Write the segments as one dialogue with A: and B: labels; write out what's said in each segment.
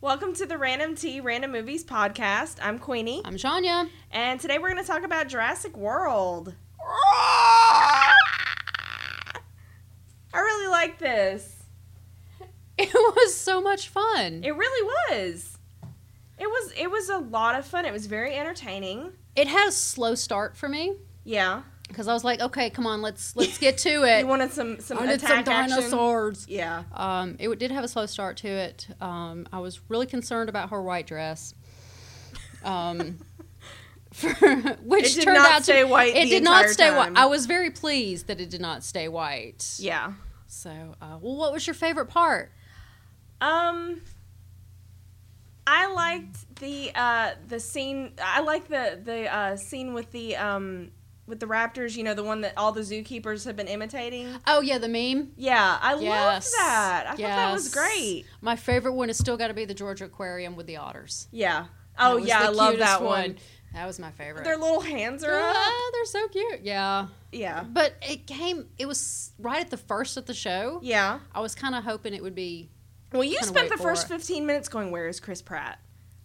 A: Welcome to the Random Tea Random Movies podcast. I'm Queenie,
B: I'm Shania.
A: and today we're going to talk about Jurassic World. I really like this.
B: It was so much fun. It,
A: It really was. It was it was a lot of fun. It was very entertaining.
B: had a slow start for me
A: Yeah.
B: because I was like, okay, come on, let's let's get to it.
A: You wanted some some
B: I need some
A: attack action.
B: dinosaurs.
A: Yeah.
B: Um, it did have a slow start to it. Um, I was really concerned about her white dress. Um, for, which
A: It did
B: turned
A: not
B: out
A: stay
B: to,
A: white
B: It
A: the
B: did not
A: entire
B: stay
A: time.
B: white. I was very pleased that it did not stay white.
A: Yeah.
B: So, uh, well, what was your favorite part?
A: Um I liked the uh the scene I like the the uh scene with the um with the raptors, you know, the one that all the zookeepers have been imitating.
B: Oh yeah, the meme.
A: Yeah, I
B: Yes.
A: loved that. I thought that was
B: Yes.
A: great.
B: My favorite one has still got to be the Georgia Aquarium with the otters.
A: Yeah. Oh
B: That was
A: yeah,
B: the
A: I love
B: cutest
A: that one.
B: That was my favorite.
A: Their little hands are up.
B: Ah, they're so cute. Yeah.
A: Yeah.
B: But it came, it was right at the first of the show.
A: Yeah.
B: I was kind of hoping it would be.
A: Well, you
B: Kinda
A: spent
B: wait
A: the first
B: for
A: 15 minutes going, "Where is Chris Pratt?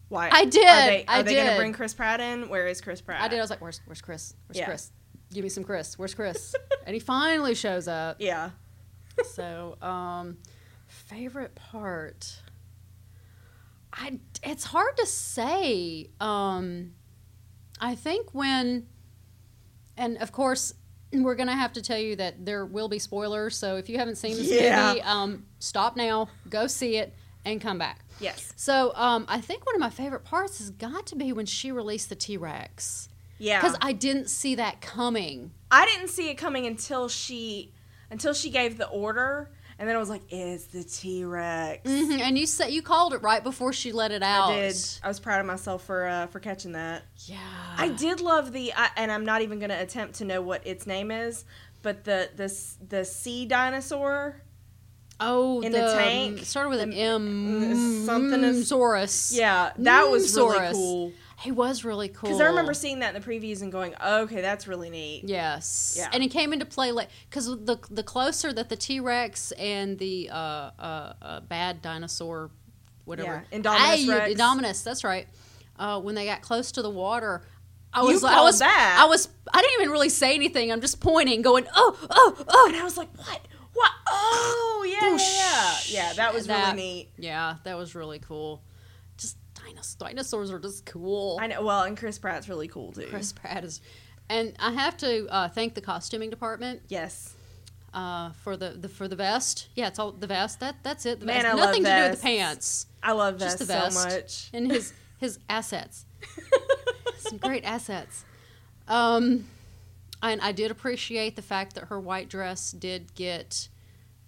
A: Why?"
B: I did,
A: Are they,
B: I
A: are they gonna
B: did.
A: bring Chris Pratt in? Where is Chris Pratt?
B: I did. I was like, where's, where's Chris? Where's
A: Yeah.
B: Chris? Give me some Chris. Where's Chris? and he finally shows up.
A: Yeah.
B: So, um, favorite part. I, it's hard to say. Um, I think when, and of course, we're gonna have to tell you that there will be spoilers. So if you haven't seen this
A: Yeah.
B: movie, um, stop now, go see it, and come back.
A: Yes.
B: So um, I think one of my favorite parts has got to be when she released the T Rex
A: Yeah.
B: because I didn't see that coming.
A: I didn't see it coming until she until she gave the order, and then I was like, "It's the T Rex."
B: Mhm, And you said you called it right before she let it out.
A: I did. I was proud of myself for uh, for catching that.
B: Yeah.
A: I did love the, I, and I'm not even going to attempt to know what its name is, but the the s- the sea dinosaur.
B: Oh,
A: in the tank.
B: it started with an
A: mm,
B: M.
A: something of-
B: Saurus.
A: Yeah, that was really
B: Saurus.
A: cool.
B: he was really cool.
A: Because I remember seeing that in the previews and going, okay, that's really neat.
B: Yes.
A: Yeah.
B: And he came into play late because the the closer that the T Rex and the uh, uh, uh, bad dinosaur, whatever,
A: Yeah, Indominus
B: Ah,
A: Rex.
B: Indominus, that's right. Uh, when they got close to the water, I
A: You
B: was like, I
A: called
B: was,
A: that.
B: I was, I didn't even really say anything. I'm just pointing, going, oh, oh,
A: And
B: oh.
A: I was like, what? What? Oh, yeah,
B: Whoosh.
A: yeah, yeah. Yeah, that was
B: That-
A: really neat.
B: Yeah, that was really cool. Just dinos- dinosaurs are just cool.
A: I know. Well, and Chris Pratt's really cool too.
B: Chris Pratt is, and I have to uh, thank the costuming department
A: Yes.
B: uh, for the, the for the vest. Yeah, it's all the vest. That that's it. The
A: Man,
B: vest.
A: I love
B: Nothing to do with
A: vests.
B: the pants
A: I love
B: Just
A: that
B: the
A: so
B: vest.
A: much.
B: and his his assets. Some great assets. Um, and I did appreciate the fact that her white dress did get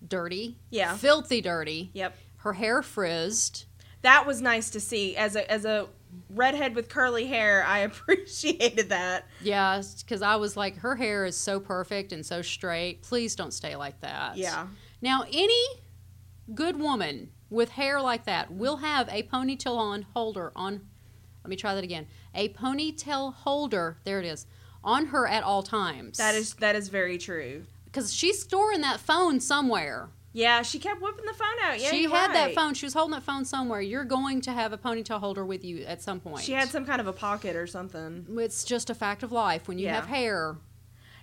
B: dirty.
A: Yeah.
B: filthy dirty.
A: Yep.
B: Her hair frizzed.
A: That was nice to see. As a, as a redhead with curly hair, I appreciated that.
B: Yeah, because I was like, her hair is so perfect and so straight. Please don't stay like that.
A: Yeah.
B: Now, any good woman with hair like that will have a ponytail on holder on. Let me try that again. A ponytail holder. There it is. On her at all times.
A: That is that is very true.
B: because she's storing that phone somewhere.
A: Yeah, she kept whipping the phone out. Yeah,
B: she
A: you're
B: had that
A: right.
B: phone. She was holding that phone somewhere. You're going to have a ponytail holder with you at some point.
A: She had some kind of a pocket or something.
B: It's just a fact of life. When you
A: Yeah.
B: have hair,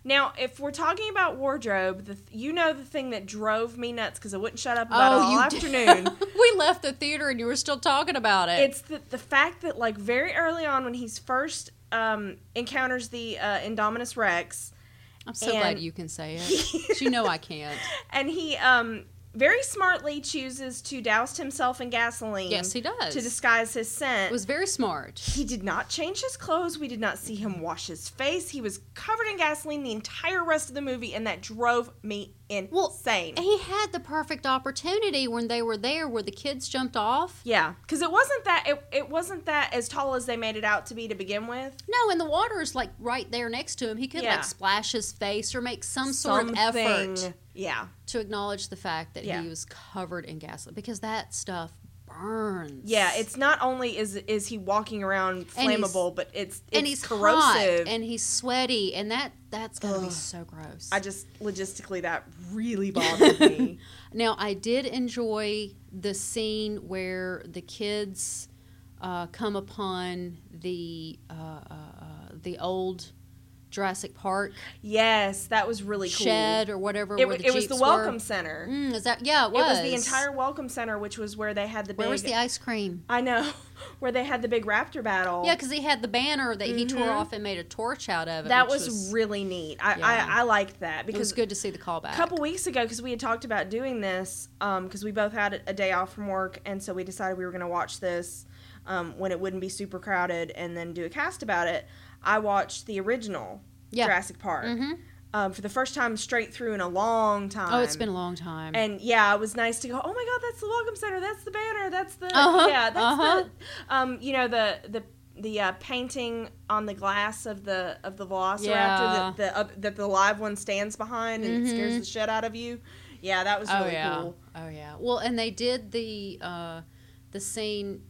A: Now, if we're talking about wardrobe, the th- you know the thing that drove me nuts because I wouldn't shut up about it all
B: Oh, did.
A: afternoon.
B: we left the theater and you were still talking about it.
A: it's the the fact that like very early on when he's first um, encounters the uh, Indominus Rex,
B: I'm so glad
A: and-
B: you can say it. But you know I can't.
A: and he um, very smartly chooses to douse himself in gasoline.
B: Yes, he does.
A: to disguise his scent.
B: it was very smart.
A: He did not change his clothes. We did not see him wash his face. He was covered in gasoline the entire rest of the movie, and that drove me
B: Well,
A: insane.
B: And he had the perfect opportunity when they were there, where the kids jumped off.
A: yeah, because it wasn't that it, it wasn't that as tall as they made it out to be to begin with.
B: No, and the water is like right there next to him. He could
A: Yeah.
B: like splash his face or make some sort of
A: Something-
B: effort
A: Yeah,
B: to acknowledge the fact that
A: Yeah.
B: he was covered in gasoline because that stuff burns. burns.
A: Yeah, it's not only is is he walking around
B: And he's-
A: flammable, but it's it's
B: and he's corrosive
A: corrosive.
B: and he's sweaty and that that's gonna be
A: Ugh.
B: so gross.
A: I just logistically that really bothered me.
B: Now, I did enjoy the scene where the kids uh, come upon the uh, uh, uh, the old Jurassic Park
A: Yes, that was really cool.
B: shed or whatever.
A: it,
B: where
A: w-
B: the
A: it was the
B: Jeeps
A: welcome
B: were.
A: center.
B: Mm, is that yeah? It
A: It was
B: was,
A: the entire welcome center, which was where they had the
B: Where
A: big.
B: was the ice cream?
A: I know, where they had the big raptor battle.
B: Yeah, because he had the banner that he tore
A: Mhm.
B: off and made a torch out of it.
A: that
B: which
A: was, really neat. I,
B: Yeah.
A: I I liked that
B: it was
A: because
B: good to see the callback.
A: a couple weeks ago, because we had talked about doing this, because we both had a day off from work, and so we decided we were going to watch this um, when it wouldn't be super crowded, and then do a cast about it. I watched the original
B: Yeah.
A: Jurassic Park
B: hmm
A: um, for the first time straight through in a long time.
B: Oh, it's been a long time.
A: and yeah, it was nice to go. Oh my God, that's the welcome center. That's the banner. That's the
B: Uh-huh,
A: yeah. That's
B: uh-huh.
A: the um. You know the the the uh, painting on the glass of the of the velociraptor
B: Yeah.
A: that the uh, that the live one stands behind and it scares
B: Mhm.
A: the shit out of you. Yeah, that was
B: oh
A: really
B: yeah.
A: cool.
B: Oh yeah. Well, and they did the uh, the scene.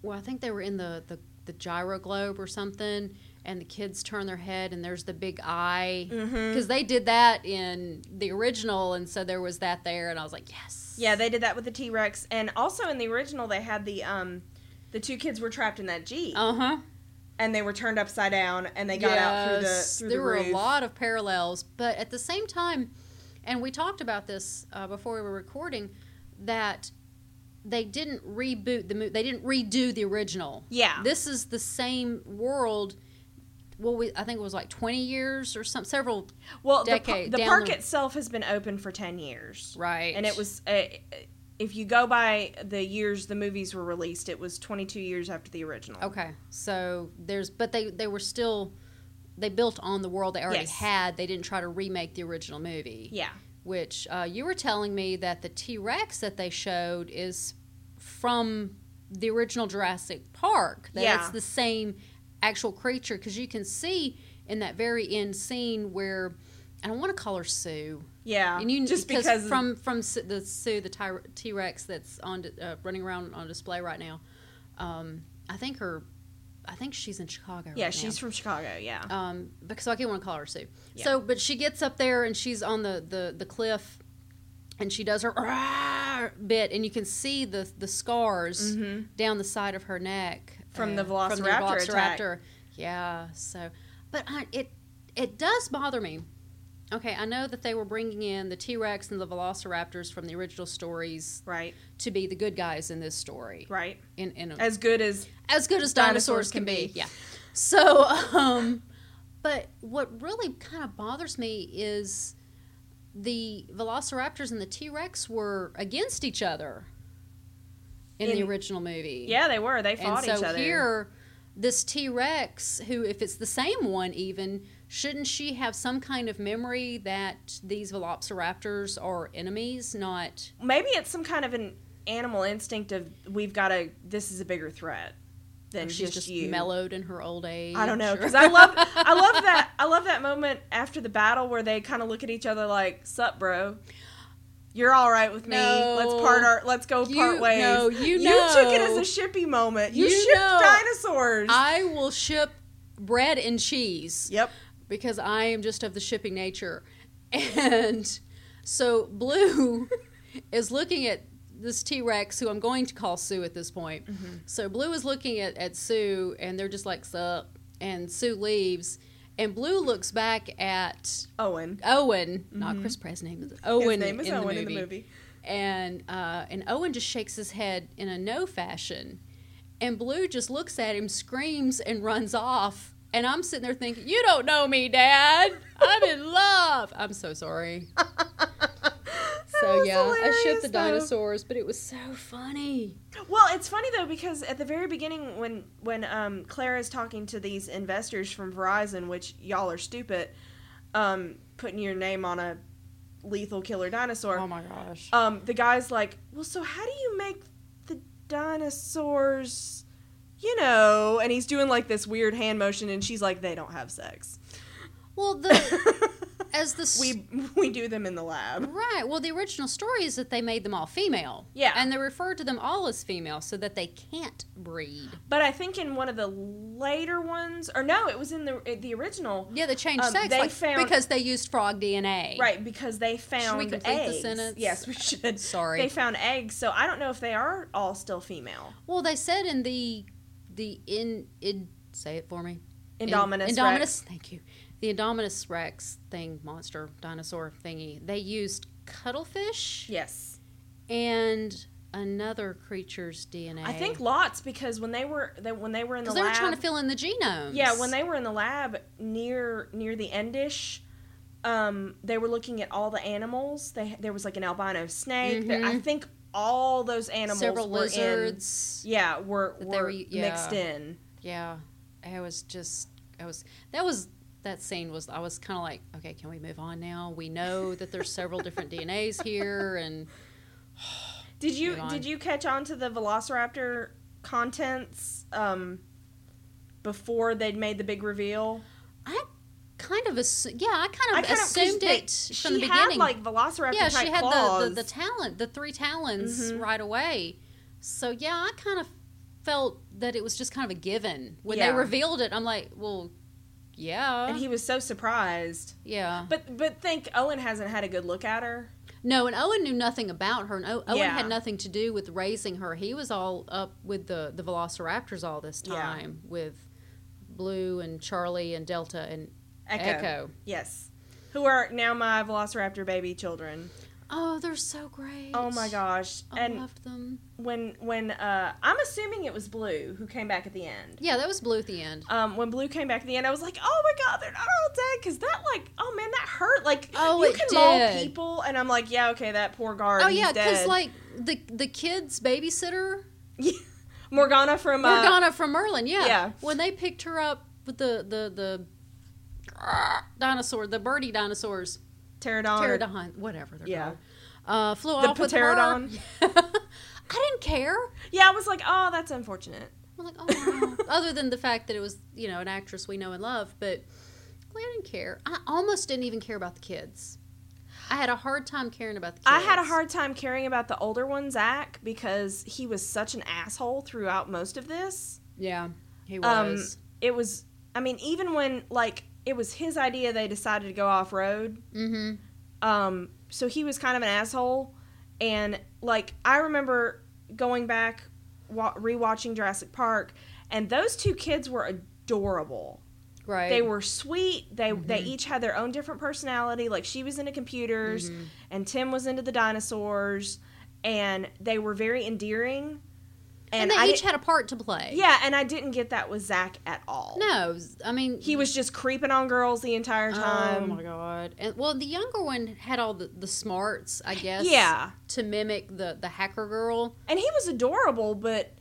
B: Well, I think they were in the the, the gyro globe or something, and the kids turn their head, and there's the big eye
A: Mm-hmm.
B: because they did that in the original, and so there was that there, and I was like, yes.
A: Yeah, they did that with the T Rex, and also in the original they had the um. The two kids were trapped in that jeep,
B: Uh huh.
A: and they were turned upside down, and they got out through the through
B: there
A: the
B: were
A: roof.
B: a lot of parallels, but at the same time, and we talked about this uh, before we were recording that they didn't reboot the movie. They didn't redo the original.
A: Yeah,
B: This is the same world. Well, we, I think it was like 20 years or some several.
A: well, the, par-
B: decade
A: the
B: down
A: park
B: the-
A: itself has been open for ten years.
B: Right.
A: and it was uh, if you go by the years the movies were released it was 22 years after the original
B: Okay. So there's but they they were still they built on the world they already
A: Yes.
B: had. They didn't try to remake the original movie.
A: yeah
B: Which uh, you were telling me that the T Rex that they showed is from the original Jurassic Park. That
A: Yeah.
B: it's the same actual creature because you can see in that very end scene where I don't want to call her Sue.
A: yeah
B: and you
A: just because from
B: from from s- the Sue the T Rex that's on di- uh, running around on display right now, um, I think her, I think she's in Chicago.
A: yeah
B: right now.
A: she's from chicago yeah
B: Um, because I can want to call her Sue.
A: Yeah.
B: So, but she gets up there and she's on the the the cliff, and she does her "Arrgh" bit, and you can see the the scars
A: Mhm.
B: down the side of her neck
A: From the Velociraptor attack.
B: Yeah. So, but I, it it does bother me. Okay, I know that they were bringing in the T Rex and the Velociraptors from the original stories
A: right
B: to be the good guys in this story.
A: right
B: In in a,
A: as good as
B: as good as
A: Dinosaurs
B: dinosaurs,
A: can
B: can
A: be.
B: be. Yeah. So, um, but what really kind of bothers me is the Velociraptors and the T Rex were against each other in, the
A: In-
B: original movie.
A: yeah they were they
B: And
A: fought
B: so
A: each other
B: here, this T Rex, who, if it's the same one, even shouldn't she have some kind of memory that these Velociraptors are enemies, not?
A: maybe it's some kind of an animal instinct of we've got to this is a bigger threat than
B: or she's
A: just,
B: just
A: you
B: mellowed in her old age.
A: I don't know
B: or-
A: because I love I love that I love that moment after the battle where they kind of look at each other like "Sup, bro? You're all right with me. Let's
B: No.
A: part our let's go
B: You-
A: part ways."
B: no, you
A: took it as
B: know.
A: a shippy moment. You,
B: You
A: shipped
B: know.
A: dinosaurs.
B: I will ship bread and cheese
A: yep.
B: because I am just of the shipping nature. And so Blue is looking at this T Rex, who I'm going to call Sue at this point.
A: Mm-hmm.
B: So Blue is looking at, at Sue, and they're just like, sup. And Sue leaves. And Blue looks back at
A: Owen.
B: Owen, not Chris Pratt's name, is Owen.
A: Mm-hmm. His name is
B: in
A: Owen
B: the
A: in the
B: movie
A: movie.
B: and uh, and Owen just shakes his head in a no fashion, and Blue just looks at him, screams, and runs off. And I'm sitting there thinking, "You don't know me, Dad. I'm in love. I'm so sorry."
A: That
B: So
A: was
B: yeah, I
A: hilarious,
B: shipped the
A: though.
B: dinosaurs, but it was so funny.
A: Well, it's funny though because at the very beginning, when when um, Clara is talking to these investors from Verizon, which y'all are stupid, um, putting your name on a lethal killer dinosaur.
B: Oh my gosh.
A: um, the guy's like, "Well, so how do you make the dinosaurs, you know?" And he's doing like this weird hand motion, and she's like, "They don't have sex."
B: Well, the as the s-
A: we we do them in the lab.
B: Right. Well, the original story is that they made them all female.
A: Yeah.
B: And they referred to them all as female so that they can't breed.
A: But I think in one of the later ones, or no, it was in the the original.
B: Yeah, they changed
A: Um,
B: sex
A: they
B: like,
A: found-
B: because they used frog DNA.
A: Right, because they found
B: complete the
A: eggs.
B: sentence?
A: Yes, we should.
B: Sorry.
A: They found eggs, so I don't know if they are all still female.
B: Well, they said in the the in, in say it for me. In-
A: Indominus.
B: Indominus.
A: Rex.
B: Thank you. The Indominus Rex thing, monster dinosaur thingy. They used cuttlefish
A: Yes.
B: and another creature's DNA.
A: I think lots because when they were they, when they were in the
B: because they were
A: lab,
B: trying to fill in the genomes.
A: yeah, when they were in the lab near near the endish, um, they were looking at all the animals. They there was like an albino snake. There, I
B: Mhm.
A: think all those animals
B: several
A: were
B: lizards.
A: in. Yeah, were
B: That they
A: were
B: were- yeah.
A: mixed in.
B: Yeah, I was just, I was, that was, that scene was, I was kind of like, okay, can we move on now? We know that there's several different DNAs here, and
A: Did you
B: Move on.
A: did you catch on to the Velociraptor contents um, before they'd made the big reveal?
B: I kind of, assu- yeah, I kind of
A: 'cause
B: Um, assumed
A: they-
B: it
A: she
B: from the
A: had
B: beginning.
A: like Velociraptor
B: yeah,
A: type
B: she had
A: claws.
B: the, the, the talent, the three talons
A: Mhm.
B: right away. So yeah, I kind of felt that it was just kind of a given when
A: Yeah.
B: they revealed it. I'm like, well, yeah,
A: and he was so surprised.
B: yeah.
A: But but think Owen hasn't had a good look at her.
B: No, and Owen knew nothing about her, and o- Owen
A: Yeah.
B: had nothing to do with raising her. He was all up with the the Velociraptors all this
A: Yeah.
B: time with Blue and Charlie and Delta and
A: Echo.
B: Echo.
A: Yes. Who are now my Velociraptor baby children.
B: Oh, they're so great!
A: Oh my gosh.
B: I
A: And
B: loved them.
A: when when uh I'm assuming it was Blue who came back at the end.
B: Yeah, that was Blue at the end.
A: Um, when Blue came back at the end, I was like, "Oh my god, they're not all dead!" Because that, like, oh man, that hurt. Like,
B: Oh,
A: you
B: it
A: can maul
B: did.
A: people, and I'm like, "Yeah, okay, that poor guard."
B: oh yeah,
A: because
B: because like the the kid's babysitter
A: Morgana from uh,
B: Morgana from Merlin. Yeah,
A: yeah.
B: when they picked her up with the the the dinosaur, the birdie dinosaurs.
A: Pterodon.
B: pterodon, whatever they're
A: Yeah.
B: called. Uh, flew
A: The
B: off with her.
A: pterodon.
B: I didn't care.
A: Yeah, I was like, "Oh, that's unfortunate."
B: I'm like, oh, wow. other than the fact that it was you know an actress we know and love, but like, I didn't care. I almost didn't even care about the kids. I had a hard time caring about the kids.
A: I had a hard time caring about the older one, Zach, because he was such an asshole throughout most of this.
B: yeah. He
A: Um,
B: was.
A: It was, I mean, even when like it was his idea, they decided to go off road.
B: mm-hmm.
A: Um, so he was kind of an asshole, and like I remember going back, wa- rewatching Jurassic Park, and those two kids were adorable.
B: Right. Mm-hmm.
A: They were sweet. They they each had their own different personality. Like she was into computers,
B: Mm-hmm.
A: and Tim was into the dinosaurs, and they were very endearing.
B: And,
A: And,
B: they
A: I
B: each
A: didn't-
B: had a part to play.
A: yeah, and I didn't get that with Zach at all.
B: No, I mean
A: He was just creeping on girls the entire time.
B: Oh my god! And well, the younger one had all the, the smarts, I guess.
A: Yeah.
B: To mimic the the hacker girl.
A: and he was adorable, but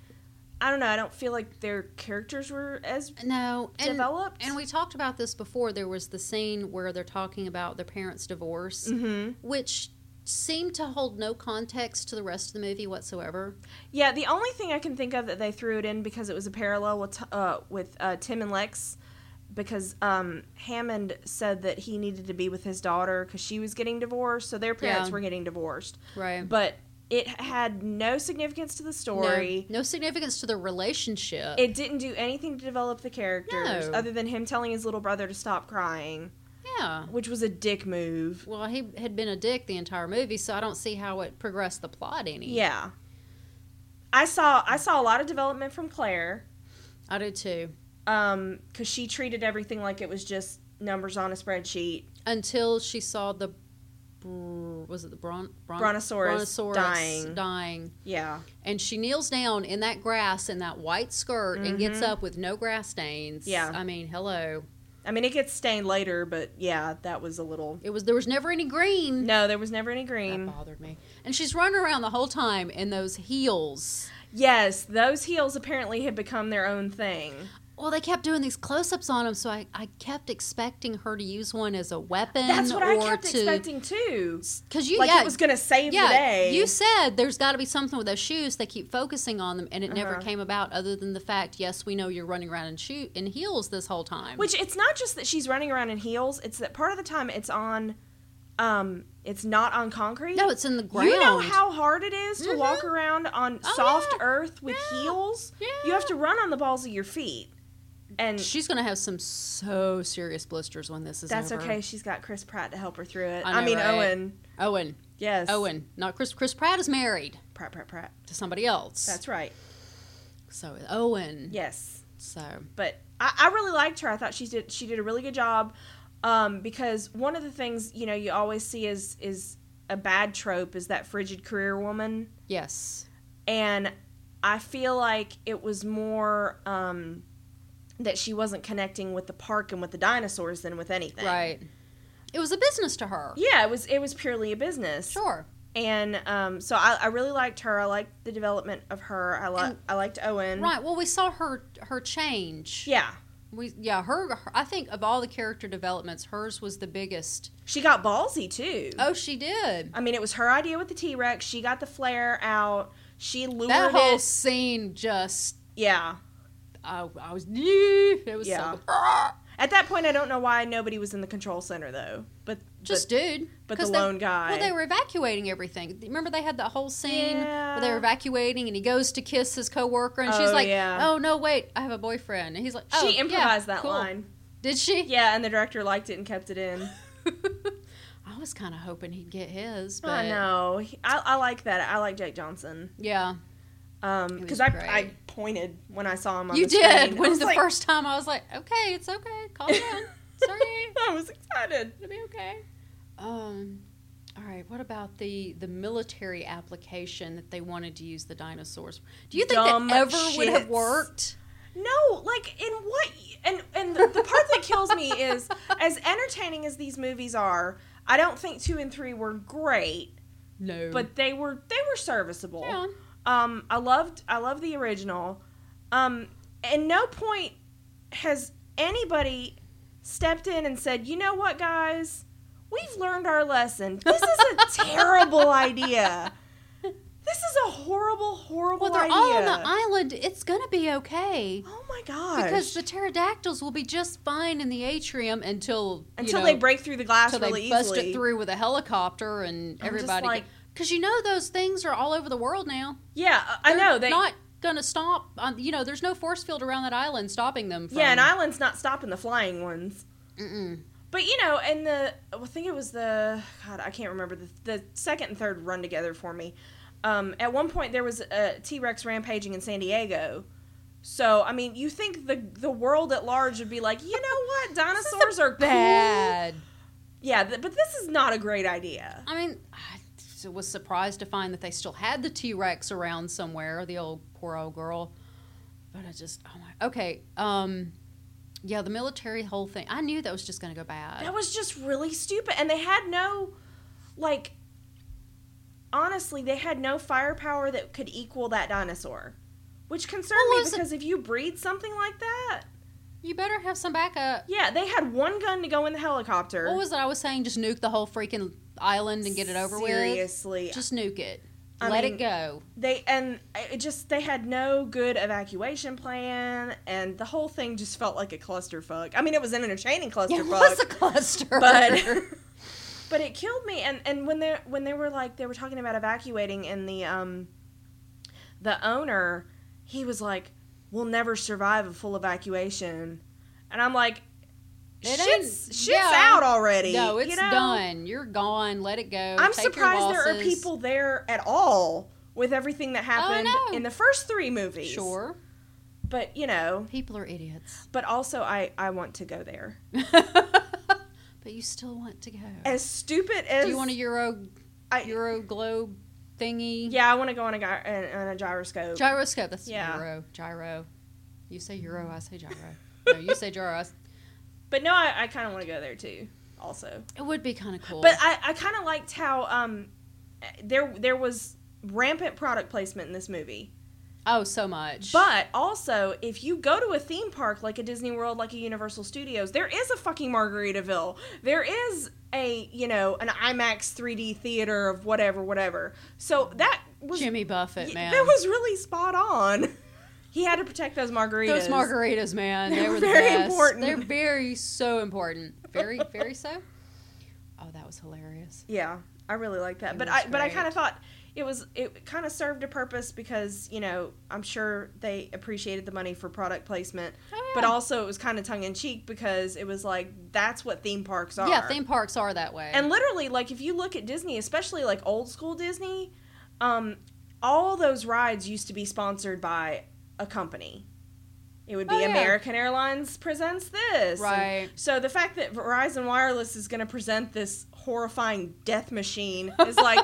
A: I don't know. I don't feel like their characters were as
B: No, and,
A: developed.
B: And we talked about this before. There was the scene where they're talking about their parents' divorce,
A: Mhm.
B: which seemed to hold no context to the rest of the movie whatsoever.
A: yeah. The only thing I can think of that they threw it in because it was a parallel with uh, with uh, Tim and Lex, because um, Hammond said that he needed to be with his daughter because she was getting divorced, so their parents
B: Yeah.
A: were getting divorced.
B: Right.
A: But it had no significance to the story.
B: No, no significance to the relationship.
A: It didn't do anything to develop the characters
B: No.
A: other than him telling his little brother to stop crying,
B: yeah.
A: which was a dick move.
B: Well, he had been a dick the entire movie, so I don't see how it progressed the plot any.
A: Yeah. I saw I saw a lot of development from Claire
B: I do too.
A: um cuz she treated everything like it was just numbers on a spreadsheet.
B: Until she saw the. br- Was it the bron- bron-
A: Brontosaurus dying.
B: dying?
A: Yeah.
B: and she kneels down in that grass in that white skirt and gets up with no grass stains.
A: Mm-hmm. Yeah.
B: I mean, hello.
A: I mean it gets stained later, but yeah, that was a little
B: It was there was never any green.
A: No, there was never any
B: That
A: green.
B: bothered me. And she's running around the whole time in those heels.
A: Yes, those heels apparently had become their own thing.
B: Well, they kept doing these close-ups on him, so I, I kept expecting her to use one as a weapon.
A: That's what I
B: or
A: kept
B: to,
A: expecting too.
B: Because you,
A: like
B: yeah,
A: it was gonna save
B: yeah,
A: the day.
B: you said there's got to be something with those shoes. They keep focusing on them, and it never
A: Uh-huh.
B: came about other than the fact, yes, we know you're running around in shoe in heels this whole time.
A: Which it's not just that she's running around in heels; it's that part of the time it's on, um, it's not on concrete.
B: no, it's in the ground.
A: you know how hard it is to walk
B: Mhm.
A: around on
B: Oh,
A: soft
B: yeah.
A: earth with
B: Yeah.
A: heels.
B: Yeah.
A: You have to run on the balls of your feet, and
B: She's gonna have some so serious blisters when this is
A: that's
B: over.
A: okay. She's got Chris Pratt to help her through it.
B: I
A: I,
B: know,
A: mean,
B: right?
A: Owen.
B: Owen,
A: Yes,
B: Owen, not Chris. Chris Pratt is married
A: Pratt, Pratt, Pratt.
B: to somebody else.
A: That's right.
B: so Owen.
A: Yes.
B: So
A: but I, I really liked her. I thought she did she did a really good job um, because one of the things you know you always see is is a bad trope is that frigid career woman,
B: yes,
A: and I feel like it was more um, that she wasn't connecting with the park and with the dinosaurs than with anything.
B: right. It was a business to her.
A: Yeah, it was it was purely a business,
B: Sure.
A: and um, so I, I really liked her. I liked the development of her. I li-
B: And-
A: I liked Owen.
B: Right. Well, we saw her her change.
A: Mm-hmm. Yeah,
B: We yeah her, her- I think of all the character developments, hers was the biggest.
A: she got ballsy too.
B: Oh, she did.
A: I mean, it was her idea with the T Rex. She got the flare out. She lured
B: That whole
A: it.
B: scene just
A: Yeah.
B: I, I was it was
A: Yeah.
B: so Ah!
A: At that point, I don't know why nobody was in the control center though. But
B: just
A: but,
B: dude.
A: but the
B: 'Cause they-
A: lone guy.
B: Well, they were evacuating everything. Remember, they had that whole scene where they
A: Yeah.
B: were evacuating, and he goes to kiss his coworker, and she's
A: Oh,
B: like,
A: yeah.
B: "Oh no, wait, I have a boyfriend." And he's like, "Oh,
A: she
B: yeah,
A: improvised that
B: cool."
A: line.
B: Did she?
A: Yeah, and the director liked it and kept it
B: Oh,
A: in.
B: I was kind of hoping he'd get his, but
A: Oh, I know. He- I, I like that. I like Jake Johnson.
B: yeah,
A: Um,
B: He was
A: because I
B: great.
A: I pointed when I saw him on
B: you
A: the
B: did.
A: screen. I
B: When
A: was
B: the
A: like- "Oh,
B: first time I was like, "Okay, it's okay, calm down, sorry,
A: I was excited.
B: it'll be okay." Um, all right. What about the the military application that they wanted to use the dinosaurs? Do you think
A: Dumb
B: that ever would have
A: shits.
B: worked?
A: No, like in what and and the, the part that kills me is as entertaining as these movies are, I don't think 2 and 3 were great,
B: No,
A: but they were they were serviceable.
B: yeah.
A: Um I loved I love the original. Um and no point has anybody stepped in and said, "You know what, guys? We've learned our lesson. This is a terrible idea." This is a horrible, horrible
B: Well, they're
A: idea.
B: all on the island. It's gonna be okay
A: oh my gosh!
B: because the pterodactyls will be just fine in the atrium until you
A: until
B: know,
A: they break through the glass
B: until they
A: really
B: bust
A: easily.
B: it through with a helicopter and
A: I'm just
B: everybody.
A: like-
B: Because you know those things are all over the world now.
A: Yeah, I I know
B: They're
A: they.
B: not gonna stop. On, you know, there's no force field around that island stopping them. From,
A: yeah, an island's not stopping the flying ones.
B: Mm-mm.
A: But you know, and the I think it was the God, I can't remember the the second and third run together for me. Um, at one point, there was a T Rex rampaging in San Diego. So I mean, you think the the world at large would be like, you know what, dinosaurs are cool.
B: Bad.
A: Yeah, th- but this is not a great idea.
B: I mean, I s- was surprised to find that they still had the T Rex around somewhere. The old poor old girl. But I just, oh my. Okay. Um, yeah, the military whole thing. I knew that was just going to go bad.
A: That was just really stupid. And they had no, like, honestly, they had no firepower that could equal that dinosaur. Which concerned
B: Well,
A: me
B: was it-
A: because if you breed something like that,
B: you better have some backup.
A: yeah, they had one gun to go in the helicopter.
B: What was it I was saying? Just nuke the whole freaking island and get it over with.
A: Seriously,
B: Just nuke it.
A: I
B: Let
A: mean-
B: it go.
A: they and it just they had no good evacuation plan, and the whole thing just felt like a clusterfuck. I mean, it was an entertaining clusterfuck.
B: It was a cluster.
A: but but it killed me and and when they when they were like they were talking about evacuating and the um the owner he was like we'll never survive a full evacuation and i'm like
B: It
A: shit's
B: ain't-
A: shit's
B: yeah.
A: out already
B: no,
A: you
B: it's
A: know?
B: done. You're gone. Let it go.
A: i'm
B: Oh, Take your
A: surprised there are
B: losses. Oh,
A: people there at all with everything that happened
B: know.
A: in the first three movies
B: Sure.
A: but you know
B: People are idiots.
A: but also i i want to go there
B: but you still want to go.
A: as stupid as
B: Do you want a Euro
A: I-
B: Euro globe thingy?
A: yeah i want to go on a guy on a gyroscope
B: Gyroscope. That's
A: Yeah.
B: Euro. Gyro. You say Euro. I say gyro. no, you say gyro. I s-
A: But no, I, I kind of want to go there too, also.
B: It would be kind of cool.
A: But I, I kind of liked how um, there there was rampant product placement in this movie.
B: Oh, so much.
A: But also, if you go to a theme park like a Disney World, like a Universal Studios, there is a fucking Margaritaville. There is a, you know, an IMAX 3D theater of whatever, whatever. So that was
B: Jimmy Buffett,
A: y-
B: man.
A: That was really spot on. He had to protect those margaritas.
B: Those margaritas, man. They
A: They're
B: were the
A: very
B: best.
A: important.
B: They're very so important. Very, very so. Oh, that was hilarious.
A: Yeah, I really like that.
B: It
A: but
B: was
A: I but I
B: great.
A: kind of thought it was it kind of served a purpose because you know I'm sure they appreciated the money for product placement,
B: Oh,
A: but
B: yeah.
A: also it was kind of tongue in cheek because it was like that's what theme parks are.
B: Yeah, theme parks are that way.
A: and literally like if you look at Disney, especially like old school Disney, um, all those rides used to be sponsored by a company. It would be
B: Oh, yeah.
A: American Airlines presents this, and
B: right.
A: so the fact that Verizon Wireless is going to present this horrifying death machine is like,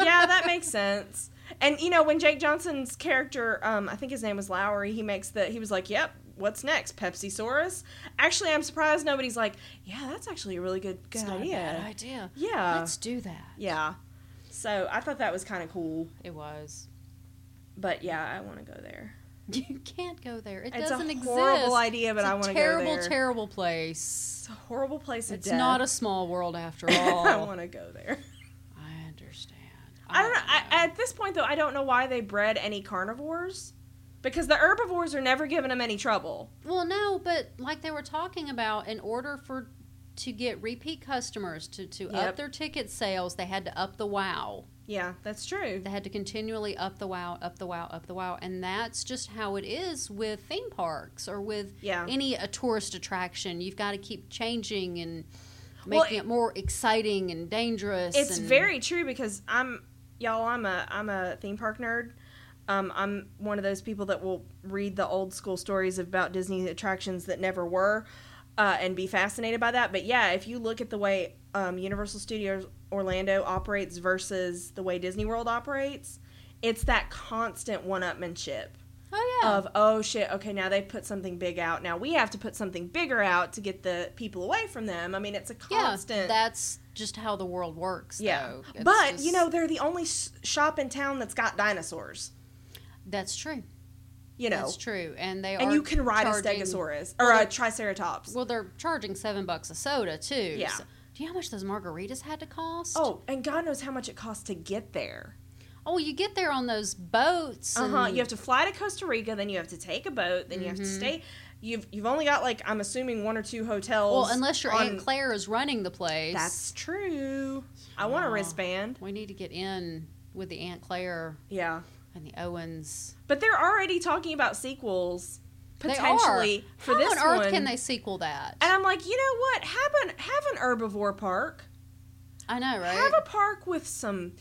A: yeah, that makes sense. And you know, when Jake Johnson's character, um, I think his name was Lowry, he makes the he was like, "Yep, what's next? Pepsi Saurus." Actually, I'm surprised nobody's like, "Yeah, that's actually a really good good
B: It's not a
A: idea."
B: bad idea.
A: Yeah, Uh,
B: Let's do that.
A: yeah. So I thought that was kind of cool,
B: It was.
A: but yeah, I want to go there.
B: You can't go there. It
A: it's a
B: doesn't exist.
A: horrible idea, but
B: it's a
A: I want to go there.
B: terrible, terrible
A: It's
B: place.
A: a horrible place. Of
B: It's not a
A: death.
B: small world after
A: I
B: all.
A: want to go there.
B: I understand.
A: I don't know. I, at this point, though, I don't know why they bred any carnivores because the herbivores are never giving them any trouble.
B: Well, no, but like they were talking about, in order for to get repeat customers to to
A: Yep.
B: up their ticket sales, they had to up the wow.
A: Yeah, that's true.
B: They had to continually up the wow, up the wow, up the wow, and that's just how it is with theme parks or with
A: Yeah.
B: any a tourist attraction. You've got to keep changing and making
A: Well,
B: it, more exciting and dangerous.
A: It's
B: and-
A: very true because I'm y'all. I'm a I'm a theme park nerd. Um, I'm one of those people that will read the old school stories about Disney attractions that never were, uh, and be fascinated by that. But yeah, if you look at the way um, Universal Studios Orlando operates versus the way Disney World operates, it's that constant one-upmanship.
B: oh yeah.
A: of oh shit okay now they put something big out now we have to put something bigger out to get the people away from them i mean it's a
B: Yeah,
A: constant
B: that's just how the world works.
A: Yeah.
B: though. It's
A: but you
B: just-
A: know they're the only s- shop in town that's got dinosaurs
B: that's true.
A: you know
B: That's true, and they are
A: and you can ride
B: charging-
A: a stegosaurus or a triceratops
B: Well, they're charging seven bucks a soda too.
A: Yeah.
B: So- do you know how much those margaritas had to cost?
A: oh and god knows how much it costs to get there
B: oh, you get there on those boats.
A: uh-huh
B: and-
A: you have to fly to costa rica then you have to take a boat then you have to
B: Mm-hmm.
A: stay you've you've only got like i'm assuming one or two hotels
B: well, unless your
A: on-
B: aunt Claire is running the place.
A: that's true i want a
B: Wow.
A: wristband
B: we need to get in with the aunt Claire
A: yeah
B: and the Owens.
A: But they're already talking about sequels
B: They are.
A: potentially for
B: how
A: this
B: on earth
A: one.
B: can they sequel that?
A: and I'm like, you know what? Have an have an herbivore park.
B: I know, right?
A: Have a park with some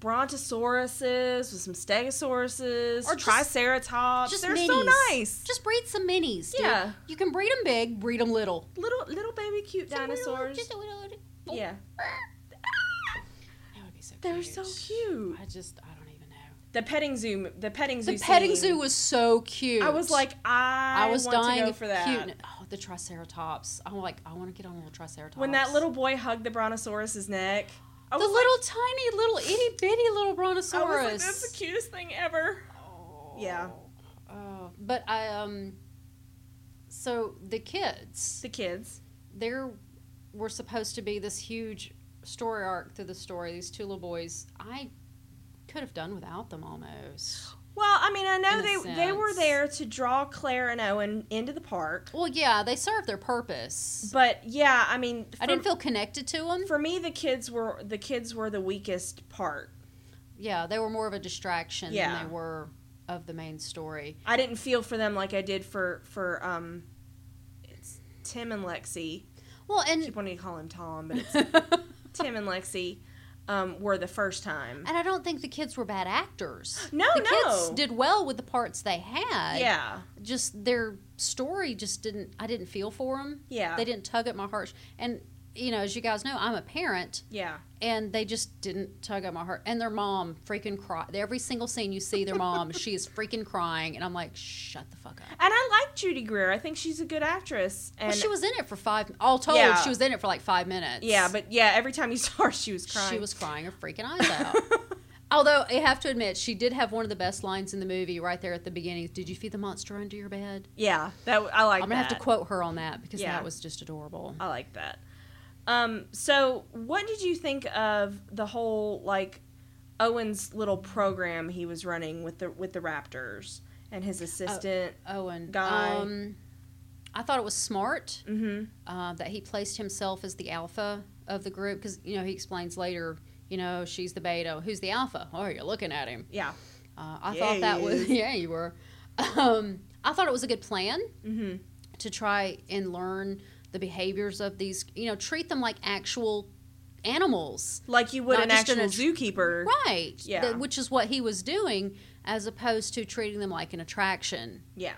A: brontosauruses, with some stegosauruses,
B: Or just-
A: triceratops.
B: just
A: They're
B: minis.
A: so nice.
B: Just breed some minis. dude.
A: Yeah.
B: You can breed them big, breed them little.
A: Little little baby cute dinosaurs.
B: Just a little- just a little-
A: Yeah,
B: That would be so
A: they're so cute.
B: I just, I don't even know.
A: The petting zoo, the petting zoo,
B: The petting
A: scene,
B: zoo was so cute.
A: I was like, I,
B: I was
A: want
B: dying
A: to go
B: of
A: for that.
B: Cute. Oh, the Triceratops. I'm like, I want to get on a little Triceratops.
A: When that little boy hugged the brontosaurus's neck, I
B: the
A: was
B: little
A: like,
B: tiny little itty bitty little brontosaurus.
A: I was like, that's the cutest thing ever.
B: Oh.
A: Yeah.
B: Oh. But I um. So the kids,
A: The kids.
B: there were supposed to be this huge story arc through the story. These two little boys, I could have done without them almost.
A: Well, I mean, I know
B: In a
A: they they were
B: sense.
A: there to draw Claire and Owen into the park,
B: Well, yeah, they served their purpose.
A: but yeah, I mean, for,
B: I didn't feel connected to them.
A: for me the kids were the kids were the weakest part.
B: Yeah, they were more of a distraction
A: Yeah.
B: than they were of the main story.
A: I didn't feel for them like I did for for um, it's Tim and Lexi.
B: Well,
A: I
B: and
A: keep wanting to call him Tom, but it's
B: and
A: Tim and Lexi um, were the first time.
B: I don't think the kids were bad actors.
A: No,
B: the
A: Oh, no.
B: kids did well with the parts they had.
A: yeah,
B: just their story just didn't. I didn't feel for them.
A: yeah,
B: They didn't tug at my heart. And you know, as you guys know, I'm a parent,
A: yeah.
B: and they just didn't tug at my heart. And their mom freaking cry. Every single scene you see their mom, she is freaking crying, and I'm like, shut the fuck up.
A: And I like Judy Greer. I think she's a good actress. And
B: well, she was in it for five. All told,
A: Yeah.
B: she was in it for like five minutes.
A: yeah, but yeah, every time you saw her, she was crying.
B: She was crying her freaking eyes out. Although I have to admit, she did have one of the best lines in the movie right there at the beginning. Did you feed the monster under your bed?
A: Yeah, that I like.
B: I'm gonna
A: that.
B: have to quote her on that because
A: Yeah.
B: that was just adorable.
A: I like that. Um, so what did you think of the whole like Owen's little program he was running with the with the Raptors and
B: Oh.
A: his assistant?
B: Owen,
A: Guy.
B: Oh, Um, I thought it was smart
A: mm-hmm.
B: uh, that he placed himself as the alpha of the group because you know he explains later. You know, she's the beta. Who's the alpha? Oh, you're looking at him.
A: Yeah.
B: Uh, I
A: Yeah,
B: thought that
A: he
B: was
A: is.
B: yeah, you were. Um, I thought it was a good plan
A: Mm-hmm.
B: to try and learn the behaviors of these. You know, treat them like actual animals,
A: Like you would
B: Not
A: an
B: just
A: actual
B: an
A: zookeeper.
B: right?
A: Yeah.
B: That- which is what he was doing, as opposed to treating them like an attraction.
A: Yeah.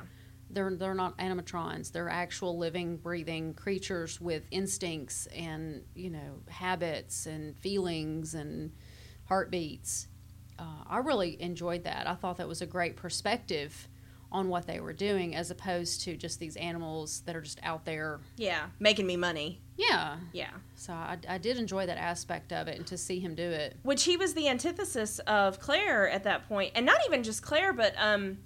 B: They're they're not animatrons. They're actual living, breathing creatures with instincts and you know habits and feelings and heartbeats. Uh, I really enjoyed that. I thought that was a great perspective on what they were doing, as opposed to just these animals that are just out there.
A: Yeah. Making me money.
B: Yeah.
A: Yeah.
B: So I, I did enjoy that aspect of it, and to see him do it.
A: which he was the antithesis of Claire at that point, and not even just Claire, but um,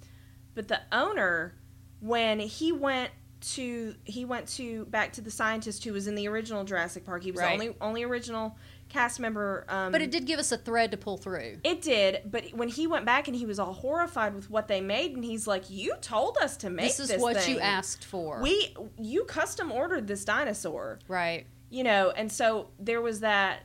A: but the owner when he went to he went to back to the scientist who was in the original Jurassic Park. He was
B: Right.
A: the only only original cast member. Um,
B: But it did give us a thread to pull through.
A: It did, but when he went back and he was all horrified with what they made, and he's like, "You told us to make
B: This
A: this.
B: is what you
A: thing.
B: asked for,
A: We you custom ordered this dinosaur."
B: right?
A: you know, and so there was that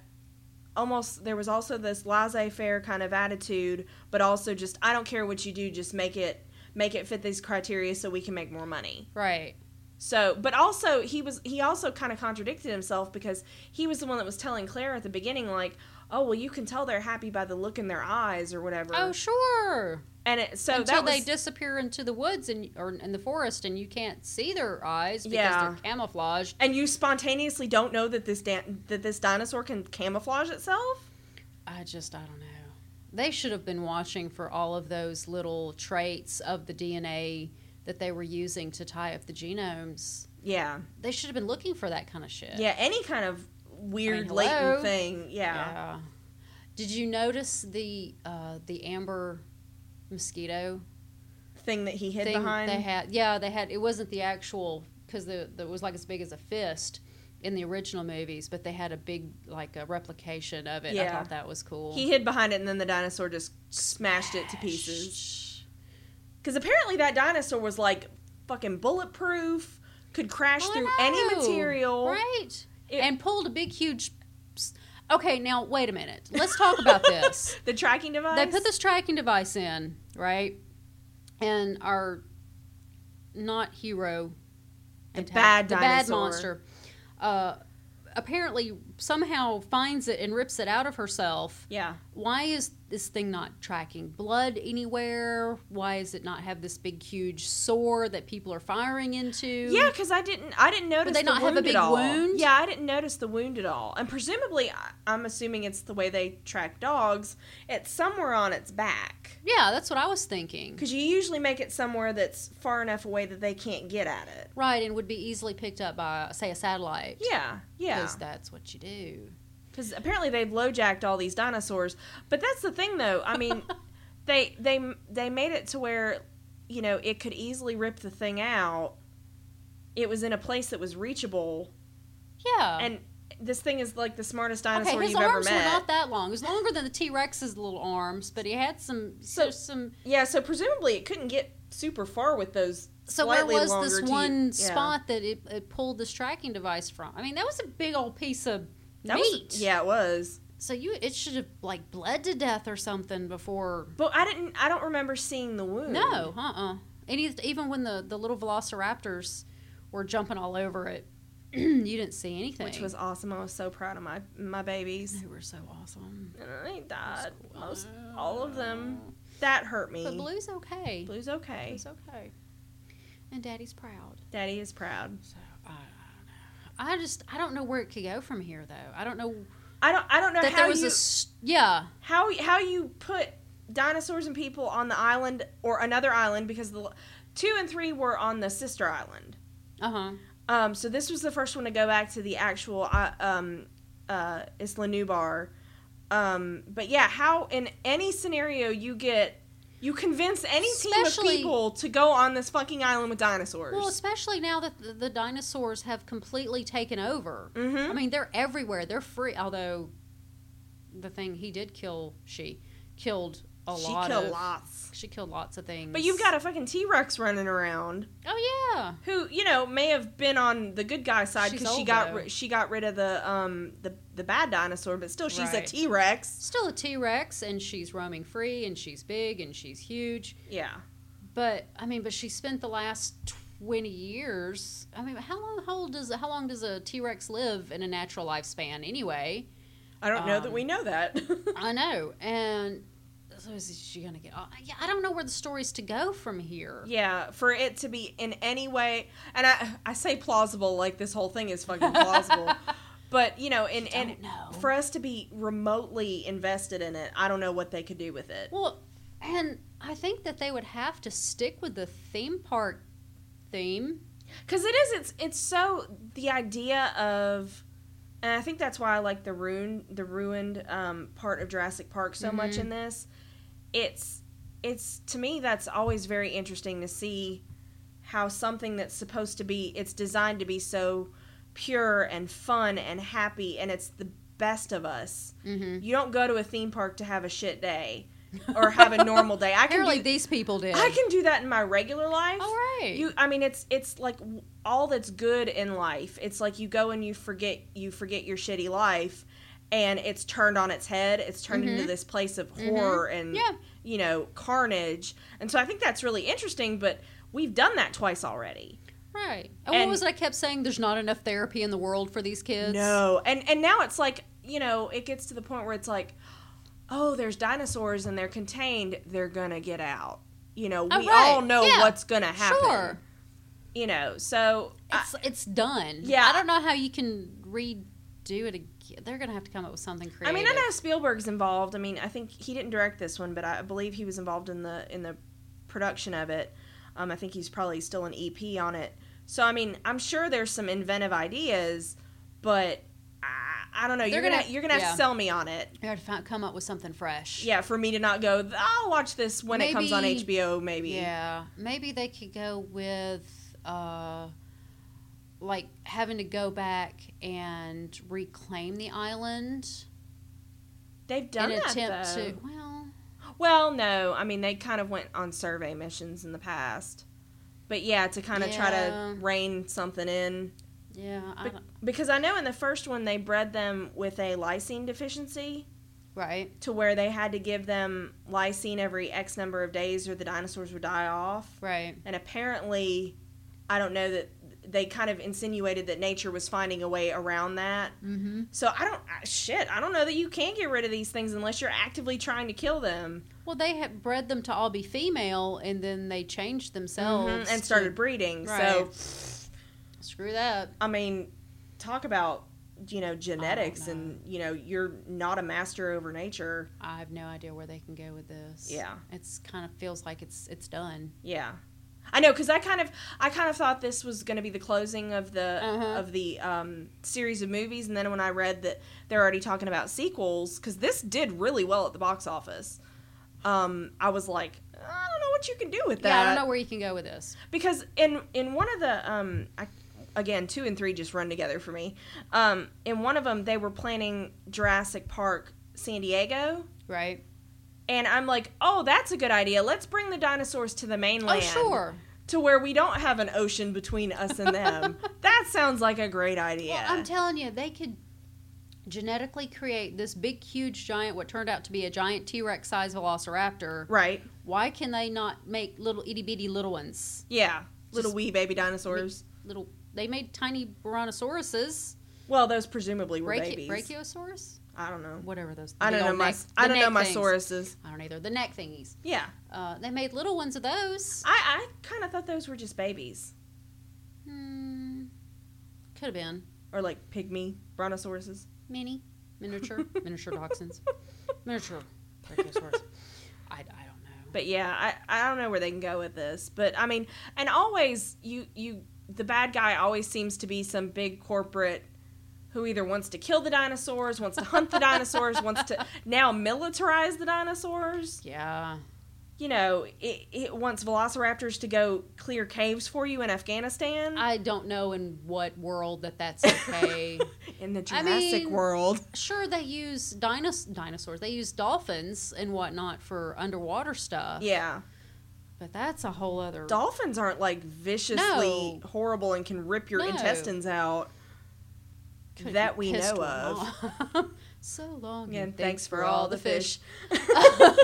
A: almost there was also this laissez-faire kind of attitude, but also just I don't care what you do, just make it make it fit these criteria so we can make more money.
B: Right.
A: So, but also he was he also kind of contradicted himself because he was the one that was telling Claire at the beginning like, "Oh, well you can tell they're happy by the look in their eyys or whatever."
B: Oh, sure.
A: and it, so
B: until
A: that
B: they
A: was
B: disappear into the woods and or in the forest and you can't see their eyes because
A: Yeah.
B: they're camouflaged.
A: and you spontaneously don't know that this dan- that this dinosaur can camouflage itself?
B: I just I don't know. They should have been watching for all of those little traits of the DNA that they were using to tie up the genomes.
A: Yeah.
B: They should have been looking for that kind of shit.
A: Yeah, any kind of weird
B: hello?
A: latent thing. Yeah.
B: Yeah. Did you notice the uh, the amber mosquito
A: Thing that he hid
B: thing
A: behind.
B: they had. Yeah, they had. It wasn't the actual because the, the it was like as big as a fist in the original movies, but they had a big like a replication of it. I
A: Yeah.
B: thought that was cool.
A: he hid behind it and then the dinosaur just smashed it to pieces. Because apparently that dinosaur was like fucking bulletproof, could crash
B: Oh, I
A: through any
B: know,
A: material.
B: right?
A: It-
B: and pulled a big huge. s- Okay, now wait a minute. Let's talk about this.
A: The tracking device.
B: They put this tracking device in, right? And our not hero,
A: The
B: antag-
A: bad
B: the bad
A: dinosaur.
B: monster, uh, apparently somehow finds it and rips it out of herself.
A: Yeah.
B: Why is this thing not tracking blood anywhere? Why does it not have this big, huge sore that people are firing into?
A: Yeah, because I didn't. I didn't notice.
B: they
A: the
B: not have a
A: wound at
B: big
A: all.
B: wound?
A: Yeah, I didn't notice the wound at all. And presumably, I- I'm assuming it's the way they track dogs. It's somewhere on its back.
B: yeah, that's what I was thinking.
A: Because you usually make it somewhere that's far enough away that they can't get at it.
B: Right, and would be easily picked up by, say, a satellite.
A: Yeah, yeah.
B: because that's what you do.
A: Because apparently they've lowjacked all these dinosaurs. But that's the thing, though. I mean, they they they made it to where, you know, it could easily rip the thing out. It was in a place that was reachable,
B: Yeah,
A: and this thing is like the smartest
B: Okay,
A: dinosaur
B: his
A: you've
B: arms
A: ever
B: were
A: met.
B: not that long. It was longer than the T Rex's little arms, but he had some so
A: So-
B: some.
A: yeah, so presumably it couldn't get super far with those.
B: So where
A: slightly
B: was
A: longer
B: this
A: teeth.
B: one
A: Yeah.
B: spot that it, it pulled this tracking device from? I mean, that was a big old piece of
A: That was-
B: meat.
A: yeah, it was.
B: So you it should have like bled to death or something before.
A: But I didn't. I don't remember seeing the wound.
B: No, uh, uh And e- even when the the little velociraptors were jumping all over it, you didn't see anything.
A: which was awesome. I was so proud of my my babies.
B: they were so awesome.
A: And they died. Most all of them. That hurt me.
B: But blue's okay.
A: Blue's okay.
B: Blue's okay. And Daddy's proud.
A: Daddy is proud.
B: So I, I don't know. I just I don't know where it could go from here though. I don't know
A: I don't. I don't know
B: that
A: how
B: there was
A: you
B: a s- yeah.
A: how how you put dinosaurs and people on the island or another island because the two and three were on the sister island.
B: Uh huh.
A: Um, so this was the first one to go back to the actual uh, um, uh, Isla Nubar Um, but yeah, how in any scenario you get you convince any team
B: Especially-
A: of people to go on this fucking island with dinosaurs.
B: Well, especially now that the, the dinosaurs have completely taken over.
A: Mhm.
B: I mean, they're everywhere. They're free. Although, the thing he did kill, she killed a
A: she
B: lot.
A: killed
B: of,
A: lots.
B: She killed lots of things.
A: But you've got a fucking T Rex running around
B: Oh yeah.
A: who you know may have been on the good guy side
B: She's
A: because she
B: old,
A: got
B: though.
A: ri- she got rid of the um the the bad dinosaur, but still she's a
B: Right.
A: T Rex.
B: Still a T Rex, and she's roaming free, and she's big, and she's huge.
A: Yeah,
B: But I mean, but she spent the last twenty years. I mean, how long? How old does how long does a T Rex live in a natural lifespan anyway?
A: I don't know that
B: Um,
A: we know that.
B: I know, and so is she gonna get? Yeah, I don't know where the story's to go from here.
A: yeah, for it to be in any way, and I I say plausible like this whole thing is fucking plausible, but you know, and
B: I
A: and
B: don't know.
A: for us to be remotely invested in it, I don't know what they could do with it.
B: well, and I think that they would have to stick with the theme park theme.
A: Because it is, it's it's so the idea of, and I think that's why I like the ruin the ruined um, part of Jurassic Park so much
B: Mhm.
A: in this. It's it's to me that's always very interesting to see how something that's supposed to be it's designed to be so pure and fun and happy and it's the best of us.
B: Mm-hmm.
A: You don't go to a theme park to have a shit day or have a normal day. I can
B: Apparently,
A: do,
B: these people did. Oh,
A: I can do that in my regular life.
B: All right.
A: You, I mean, it's it's like w- all that's good in life. It's like you go and you forget you forget your shitty life, and it's turned on its head. It's turned into
B: Mhm.
A: this place of horror and
B: yeah.
A: you know carnage. And so I think that's really interesting. But we've done that twice already.
B: Right. And, what
A: And-
B: was it I kept saying? There's not enough therapy in the world for these kids.
A: no, and and now it's like you know it gets to the point where it's like, oh, there's dinosaurs and they're contained. They're gonna get out. You know,
B: Oh,
A: we
B: right.
A: all know
B: Yeah.
A: what's gonna happen.
B: Sure.
A: You know, so I-
B: It's it's done.
A: Yeah.
B: I don't know how you can redo it again. They're gonna have to come up with something creative.
A: I mean, I know Spielberg's involved. I mean, I think he didn't direct this one, but I believe he was involved in the in the production of it. Um, I think he's probably still an EP on it. So I mean, I'm sure there's some inventive ideas, but I, I don't know.
B: They're
A: you're gonna,
B: gonna-
A: you're gonna have
B: yeah.
A: to sell me on it.
B: They had to fi- come up with something fresh.
A: Yeah, for me to not go. I'll watch this when it comes on
B: Maybe-
A: HBO. Maybe.
B: Yeah. Maybe they could go with uh, like having to go back and reclaim the island
A: They've done
B: in
A: that
B: attempt
A: though.
B: to. Well,
A: Well, no, I mean they kind of went on survey missions in the past, but yeah, to kind of try
B: Yeah.
A: to rein something in.
B: yeah. I
A: But-
B: don't-
A: Because I know in the first one they bred them with a lysine deficiency
B: right.
A: to where they had to give them lysine every X number of days or the dinosaurs would die off.
B: Right.
A: And apparently, I don't know that they kind of insinuated that nature was finding a way around that.
B: Mm-hmm.
A: So I don't I, shit, I don't know that you can get rid of these things unless you're actively trying to kill them
B: Well, they had bred them to all be female, and then they changed themselves
A: Mhm, and
B: to-
A: started breeding. So
B: Screw that.
A: I mean, talk about you know genetics
B: know.
A: and you know you're not a master over nature.
B: I have no idea where they can go with this.
A: Yeah.
B: it's kind of feels like it's it's done.
A: Yeah, I know because I kind of I kind of thought this was going to be the closing of the
B: Uh-huh.
A: of the um, series of movies, and then when I read that they're already talking about sequels because this did really well at the box office, um, I was like, I don't know what you can do with that
B: yeah, I don't know where you can go with this.
A: because in in one of the um I, again two and three just run together for me um in one of them they were planning Jurassic Park San Diego.
B: Right?
A: And I'm like, oh, that's a good idea. Let's bring the dinosaurs to the mainland
B: Oh, sure.
A: to where we don't have an ocean between us and them. that sounds like a great idea.
B: Well, I'm telling you, they could genetically create this big, huge, giant, what turned out to be a giant T Rex sized velociraptor.
A: right.
B: Why can they not make little itty bitty little ones?
A: Yeah. Little
B: Just-
A: wee baby dinosaurs.
B: Little. They made tiny brontosauruses,
A: Well, those presumably were
B: Brachio-
A: babies.
B: brachiosaurus,
A: I don't know.
B: whatever those.
A: I
B: big
A: don't know
B: old
A: my
B: neck-
A: I
B: the
A: don't know
B: neck
A: my
B: things.
A: sauruses.
B: I don't either. The neck thingies.
A: Yeah.
B: Uh, they made little ones of those.
A: I, I kind of thought those were just babies
B: Hmm. Could have been
A: or like pygmy brontosauruses.
B: mini, miniature, miniature dachshunds, miniature brachiosaurus. I, I don't know.
A: But yeah, I, I don't know where they can go with this. But I mean, and always you you the bad guy always seems to be some big corporate who either wants to kill the dinosaurs, wants to hunt the dinosaurs, wants to now militarize the dinosaurs.
B: Yeah.
A: You know, it, it wants velociraptors to go clear caves for you in Afghanistan.
B: I don't know in what world that that's okay.
A: in the
B: I
A: Jurassic
B: mean-
A: World.
B: sure, they use dinos- dinosaurs. They use dolphins and whatnot for underwater stuff.
A: Yeah.
B: But that's a whole other.
A: Dolphins aren't like viciously
B: No.
A: horrible and can rip your
B: No.
A: intestines out.
B: Couldn't
A: that we
B: pissed
A: know
B: one off. so long.
A: Again, thanks for all the fish.
B: I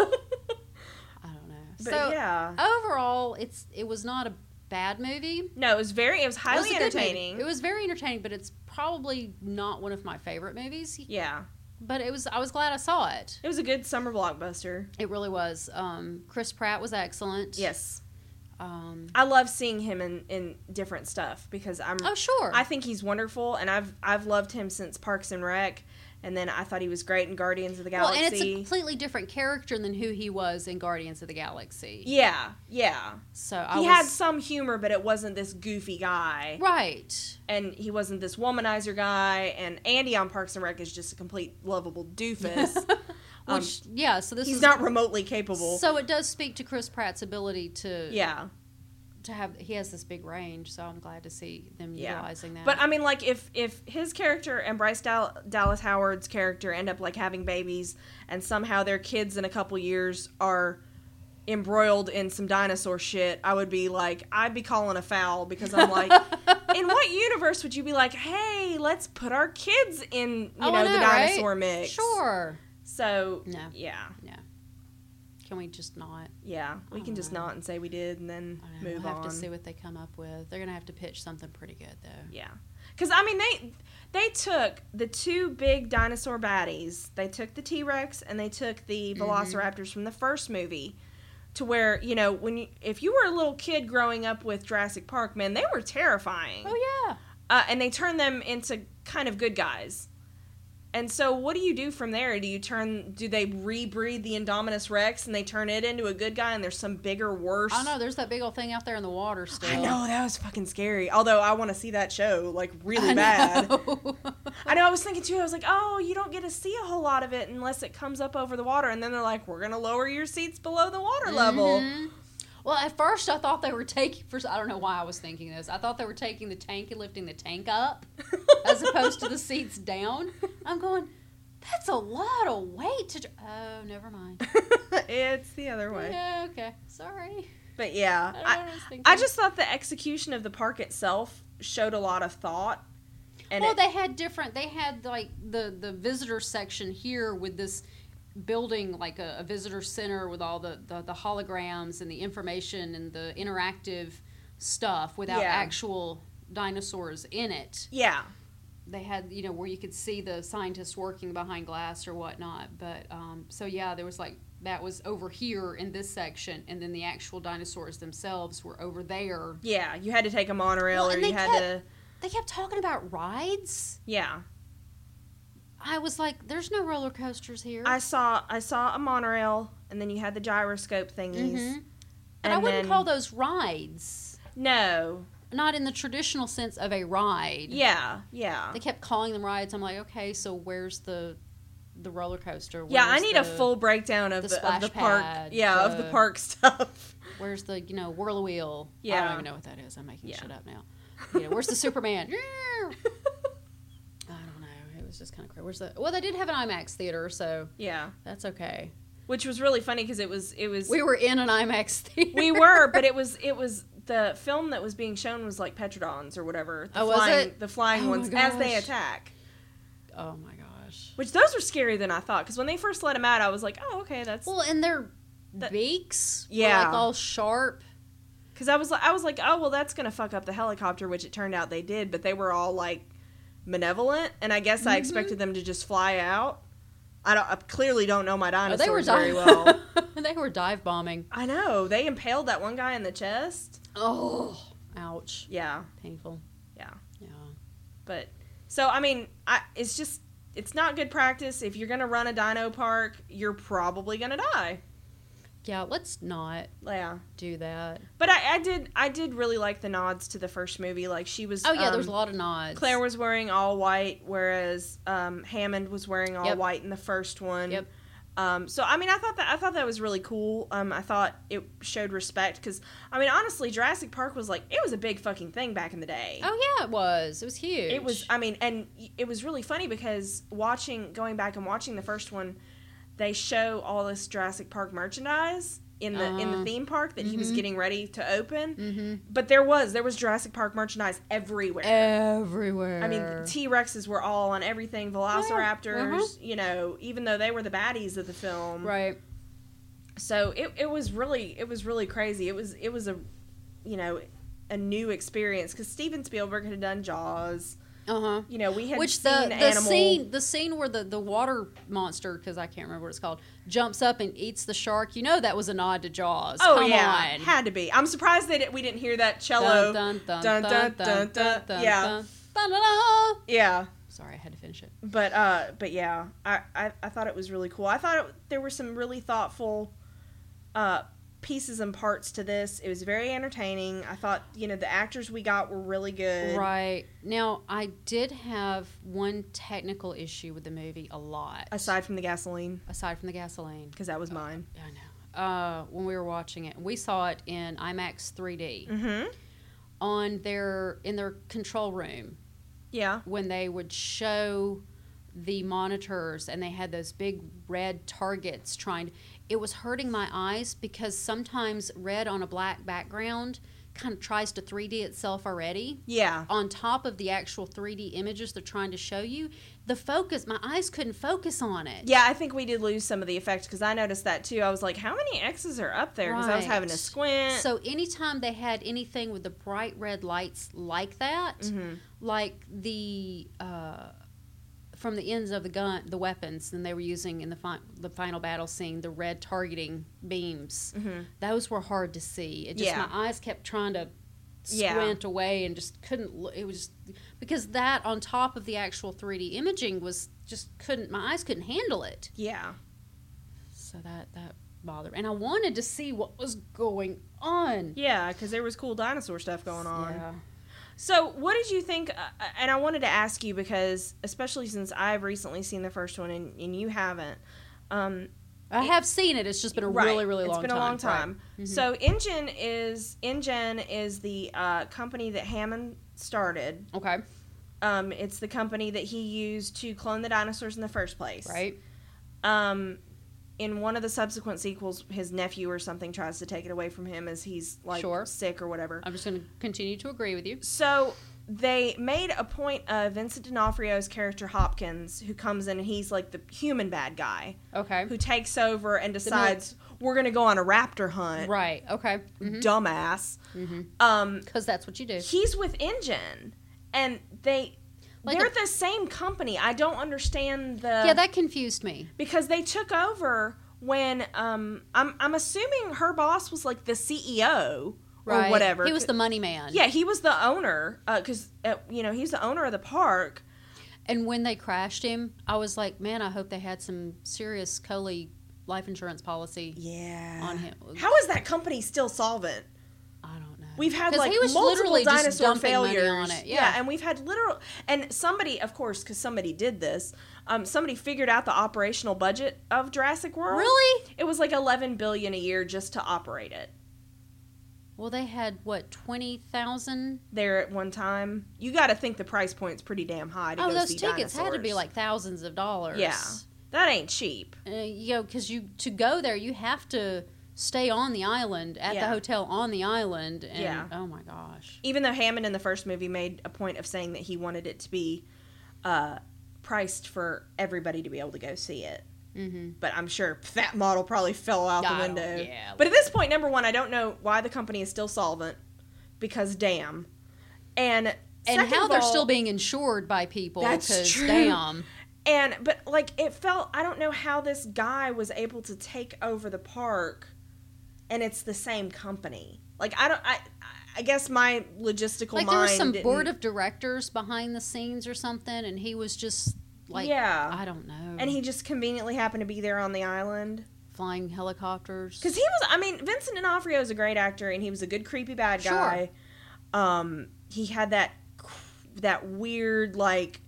B: don't know.
A: But
B: so
A: yeah.
B: overall, it's it was not a bad movie. It
A: No, it was very, it was
B: was
A: highly
B: a good movie.
A: entertaining.
B: It was very entertaining, but it's probably not one of my favorite movies.
A: yeah.
B: But it was. I was glad I saw it.
A: It was a good summer blockbuster.
B: It really was. Um, Chris Pratt was excellent.
A: Yes.
B: Um,
A: I love seeing him in, in different stuff because I'm
B: oh sure.
A: I think he's wonderful and I've I've loved him since Parks and Rec and then I thought he was great in Guardians of the
B: well,
A: Galaxy.
B: and it's a completely different character than who he was in Guardians of the Galaxy.
A: yeah, yeah.
B: So I
A: he
B: was
A: had some humor, but it wasn't this goofy guy,
B: right.
A: and he wasn't this womanizer guy. And Andy on Parks and Rec is just a complete lovable doofus. Um,
B: Which yeah. So this
A: He's
B: is
A: not remotely capable.
B: So it does speak to Chris Pratt's ability to
A: yeah,
B: to have he has this big range. So I'm glad to see them
A: Yeah.
B: utilizing that.
A: But I mean, like, if if his character and Bryce Dal- Dallas Howard's character end up like having babies, and somehow their kids in a couple years are embroiled in some dinosaur shit, I would be like, I'd be calling a foul because I'm like, in what universe would you be like, hey, let's put our kids in you
B: Oh,
A: know,
B: I
A: the
B: know, right?
A: dinosaur mix?
B: sure.
A: So
B: No.
A: yeah,
B: Can we just not?
A: yeah, we can just
B: Alright.
A: nod and say we did, and then
B: I don't know,
A: move
B: we'll
A: on.
B: have to see what they come up with. They're gonna have to pitch something pretty good though.
A: Yeah, because I mean they they took the two big dinosaur baddies. They took the T Rex and they took the
B: Mhm.
A: Velociraptors from the first movie. To where you know when you, if you were a little kid growing up with Jurassic Park, man, they were terrifying.
B: Oh yeah.
A: Uh, and they turned them into kind of good guys. And so, what do you do from there? Do you turn? Do they rebreed the Indominus Rex and they turn it into a good guy? And there's some bigger, worse.
B: I know. There's that big old thing out there in the water still.
A: I know that was fucking scary. Although I want to see that show like really
B: I
A: bad.
B: know.
A: I know. I was thinking too. I was like, oh, you don't get to see a whole lot of it unless it comes up over the water, and then they're like, we're gonna lower your seats below the water level.
B: Mhm. Well, at first I thought they were taking. First, I don't know why I was thinking this. I thought they were taking the tank and lifting the tank up as opposed to the seats down. I'm going. That's a lot of weight to. Dr-. Oh, never mind.
A: it's the other way.
B: Yeah, okay. Sorry.
A: But yeah,
B: I don't know
A: I,
B: what I was thinking.
A: I just thought the execution of the park itself showed a lot of thought. And
B: well,
A: it-
B: they had different. They had like the the visitor section here with this building like a, a visitor center with all the, the the holograms and the information and the interactive stuff without
A: Yeah.
B: actual dinosaurs in it.
A: yeah,
B: They had you know where you could see the scientists working behind glass or whatnot. But um, so yeah, there was like that was over here in this section, and then the actual dinosaurs themselves were over there.
A: yeah, you had to take a monorail,
B: Well,
A: or
B: and
A: you
B: they
A: had to,
B: kept- They kept talking about rides.
A: yeah.
B: I was like, "There's no roller coasters here."
A: I saw, I saw a monorail, and then you had the gyroscope thingies.
B: Mhm. and I wouldn't
A: then-
B: call those rides.
A: No,
B: Not in the traditional sense of a ride.
A: yeah, yeah.
B: They kept calling them rides. I'm like, okay, so where's the the roller coaster?
A: Yeah, I
B: Where's
A: need a
B: the-
A: full breakdown of
B: the
A: the, of the
B: splash
A: park.
B: pad,
A: yeah, of the
B: the-
A: park stuff.
B: Where's the you know whirlwheel? I
A: Yeah.
B: don't even know what that is. I'm making
A: Yeah.
B: shit up now. You know, where's the Superman? I don't know. It was just kind of crazy. Where's the? Well, they did have an IMAX theater, so
A: yeah,
B: that's okay.
A: which was really funny because it was it was
B: We were in an IMAX theater.
A: we were, but it was it was the film that was being shown was like Petrodons or whatever. The
B: Oh, was
A: flying,
B: it?
A: The flying
B: Oh my
A: ones as they
B: gosh.
A: attack.
B: Oh my gosh.
A: Which those were scarier than I thought because when they first let him out, I was like, oh okay, that's
B: Well, and their
A: That-
B: beaks were
A: Yeah.
B: like all sharp.
A: because I was like I was like oh well that's gonna fuck up the helicopter, which it turned out they did, but they were all like benevolent, and I guess I
B: Mhm.
A: expected them to just fly out. I don't I clearly don't know my
B: Oh,
A: dinosaurs
B: they were
A: very
B: dive.
A: well.
B: they were dive bombing.
A: I know. They impaled that one guy in the chest.
B: Oh, ouch!
A: Yeah.
B: Painful.
A: Yeah.
B: Yeah.
A: But so I mean, I it's just it's not good practice. If you're gonna run a dino park, you're probably gonna die.
B: Yeah, let's not
A: Yeah.
B: do that.
A: But I, I did I did really like the nods to the first movie. Like she was
B: Oh yeah, there's a
A: um,
B: lot of nods.
A: Claire was wearing all white, whereas um, Hammond was wearing all
B: Yep.
A: white in the first one.
B: Yep.
A: Um, so I mean, I thought that I thought that was really cool. Um, I thought it showed respect because I mean, honestly, Jurassic Park was like it was a big fucking thing back in the day.
B: Oh yeah, it was. It was huge.
A: It was, I mean, and y- it was really funny because watching, going back and watching the first one, they show all this Jurassic Park merchandise in the in the
B: Uh,
A: theme park that he was
B: mhm.
A: getting ready to open.
B: hmm
A: But there was there was Jurassic Park merchandise everywhere.
B: everywhere. Uh-huh.
A: I mean, T Rexes were all on everything. Velociraptors, you know, even though they were the baddies of the film,
B: right?
A: so it, it was really it was really crazy. It was it was a you know a new experience because Steven Spielberg had done Jaws.
B: Uh huh.
A: You know, we had
B: Which
A: seen
B: the the
A: animal.
B: scene the scene where the the water monster because I can't remember what it's called jumps up and eats the shark. You know that was a nod to Jaws.
A: Oh
B: Come
A: yeah,
B: on.
A: had to be. I'm surprised that we didn't hear that cello.
B: Dun, dun,
A: Dun, dun,
B: dun, dun,
A: dun,
B: dun, dun,
A: dun,
B: dun,
A: yeah.
B: dun, dun, dun, dun.
A: Yeah,
B: Sorry, I had to finish it.
A: but uh, but yeah, I, I I thought it was really cool. I thought it, there were some really thoughtful uh pieces and parts to this. It was very entertaining. I thought you know the actors we got were really good.
B: Right now, I did have one technical issue with the movie a lot.
A: Aside from the gasoline,
B: aside from the gasoline,
A: because that was mine.
B: Yeah, I know. Uh, when we were watching it, we saw it in IMAX 3D
A: Mm-hmm.
B: on their in their control room
A: Yeah.
B: when they would show the monitors and they had those big red targets trying it was hurting my eyes because sometimes red on a black background kind of tries to 3D itself already
A: Yeah.
B: on top of the actual 3D images they're trying to show you the focus my eyes couldn't focus on it
A: Yeah, I think we did lose some of the effect because I noticed that too. I was like, how many X's are up there? Because I was
B: Right.
A: having a squint.
B: So anytime they had anything with the bright red lights like that,
A: Mhm.
B: like the uh, from the ends of the gun, the weapons, and they were using in the fi- the final battle scene, the red targeting beams.
A: Mhm.
B: Those were hard to see. It just
A: Yeah.
B: my eyes kept trying to
A: Yeah.
B: squint away and just couldn't. Look, it was because that on top of the actual 3D imaging was just couldn't. My eyes couldn't handle it.
A: Yeah.
B: So that that bothered, and I wanted to see what was going on.
A: Yeah, because there was cool dinosaur stuff going on. So, what did you think? Uh, and I wanted to ask you because, especially since I've recently seen the first one and, and you haven't. Um,
B: I have seen it. It's just been a
A: right,
B: really, really long.
A: It's been a
B: time.
A: long
B: Right. Mm-hmm.
A: time. So, InGen is InGen is the uh, company that Hammond started.
B: Okay.
A: Um, it's the company that he used to clone the dinosaurs in the first place.
B: Right.
A: Um, in one of the subsequent sequels, his nephew or something tries to take it away from him as he's like
B: Sure.
A: sick or whatever.
B: I'm just going to continue to agree with you.
A: So they made a point of Vincent D'Onofrio's character Hopkins, who comes in and he's like the human bad guy
B: Okay.
A: who takes over and decides we're gonna go on a raptor hunt.
B: Right. Mm-hmm. Okay.
A: Mm-hmm.
B: Because
A: Dumbass. Um,
B: that's what you do.
A: he's with Engine, and they
B: Like
A: they're
B: a-
A: the same company. I don't understand the
B: yeah, that confused me.
A: because they took over when um I'm I'm assuming her boss was like the CEO
B: Right.
A: or whatever.
B: He was the money man.
A: yeah, he was the owner because uh, you know he's the owner of the park.
B: And when they crashed him, I was like, man, I hope they had some serious Coley life insurance policy
A: Yeah.
B: on him.
A: How is that company still solvent?
B: I don't know.
A: We've had
B: 'Cause
A: like
B: he was
A: multiple
B: literally just
A: dinosaur
B: dumping money
A: failures.
B: on it.
A: and we've had literal and somebody, of course, because somebody did this. Um, somebody figured out the operational budget of Jurassic World.
B: Really?
A: It was like eleven billion a year just to operate it
B: Well, they had what twenty thousand.
A: there at one time. You got to think the price point's pretty damn high. To
B: Oh,
A: go
B: those
A: see
B: tickets had to
A: dinosaurs.
B: be like thousands of dollars.
A: Yeah. that ain't cheap.
B: uh, you know, because you to go there, you have to stay on the island at
A: Yeah.
B: the hotel on the island. And,
A: Yeah.
B: Oh my gosh.
A: Even though Hammond in the first movie made a point of saying that he wanted it to be uh, priced for everybody to be able to go see it.
B: Mm-hmm.
A: but I'm sure that model probably fell out the
B: I don't-
A: window.
B: yeah,
A: but at this point, number one, I don't know why the company is still solvent because damn, and
B: And
A: second
B: how
A: of
B: they're
A: all-
B: still being insured by people?
A: That's
B: 'cause
A: true.
B: Damn.
A: and but like it felt I don't know how this guy was able to take over the park, and it's the same company. Like I don't I I guess my logistical
B: Like
A: mind
B: there was some
A: didn't-
B: board of directors behind the scenes or something, and he was just like,
A: yeah,
B: I don't know.
A: and he just conveniently happened to be there on the island.
B: flying helicopters.
A: Because he was, I mean, Vincent D'Onofrio is a great actor, and he was a good creepy bad
B: Sure.
A: guy. Um, he had that cr- that weird like,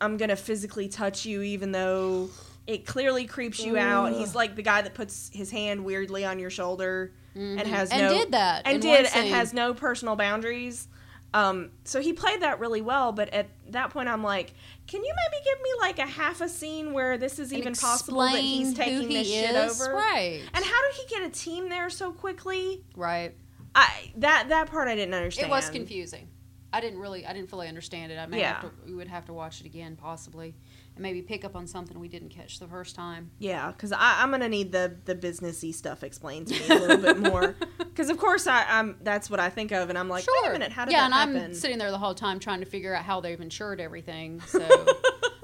A: I'm gonna physically touch you, even though it clearly creeps you out. And he's like the guy that puts his hand weirdly on your shoulder and has
B: Mm-hmm. and
A: no
B: did that
A: and
B: in one
A: did and
B: scene.
A: has no personal boundaries. Um, so he played that really well, but at that point, I'm like, can you maybe give me like a half a scene where this is
B: And
A: even possible that he's
B: explain who
A: taking this
B: he
A: shit
B: is.
A: over?
B: right?
A: And how did he get a team there so quickly?
B: right.
A: I that that part I didn't understand.
B: It was confusing. I didn't really, I didn't fully understand it. I may
A: Yeah.
B: have to, we would have to watch it again possibly, and maybe pick up on something we didn't catch the first time.
A: Yeah, because I'm gonna need the the businessy stuff explained to me a little bit more. Because of course I, I'm that's what I think of, and I'm like, wait a minute, how did
B: yeah,
A: that
B: and
A: happen?
B: I'm sitting there the whole time trying to figure out how they've insured everything. So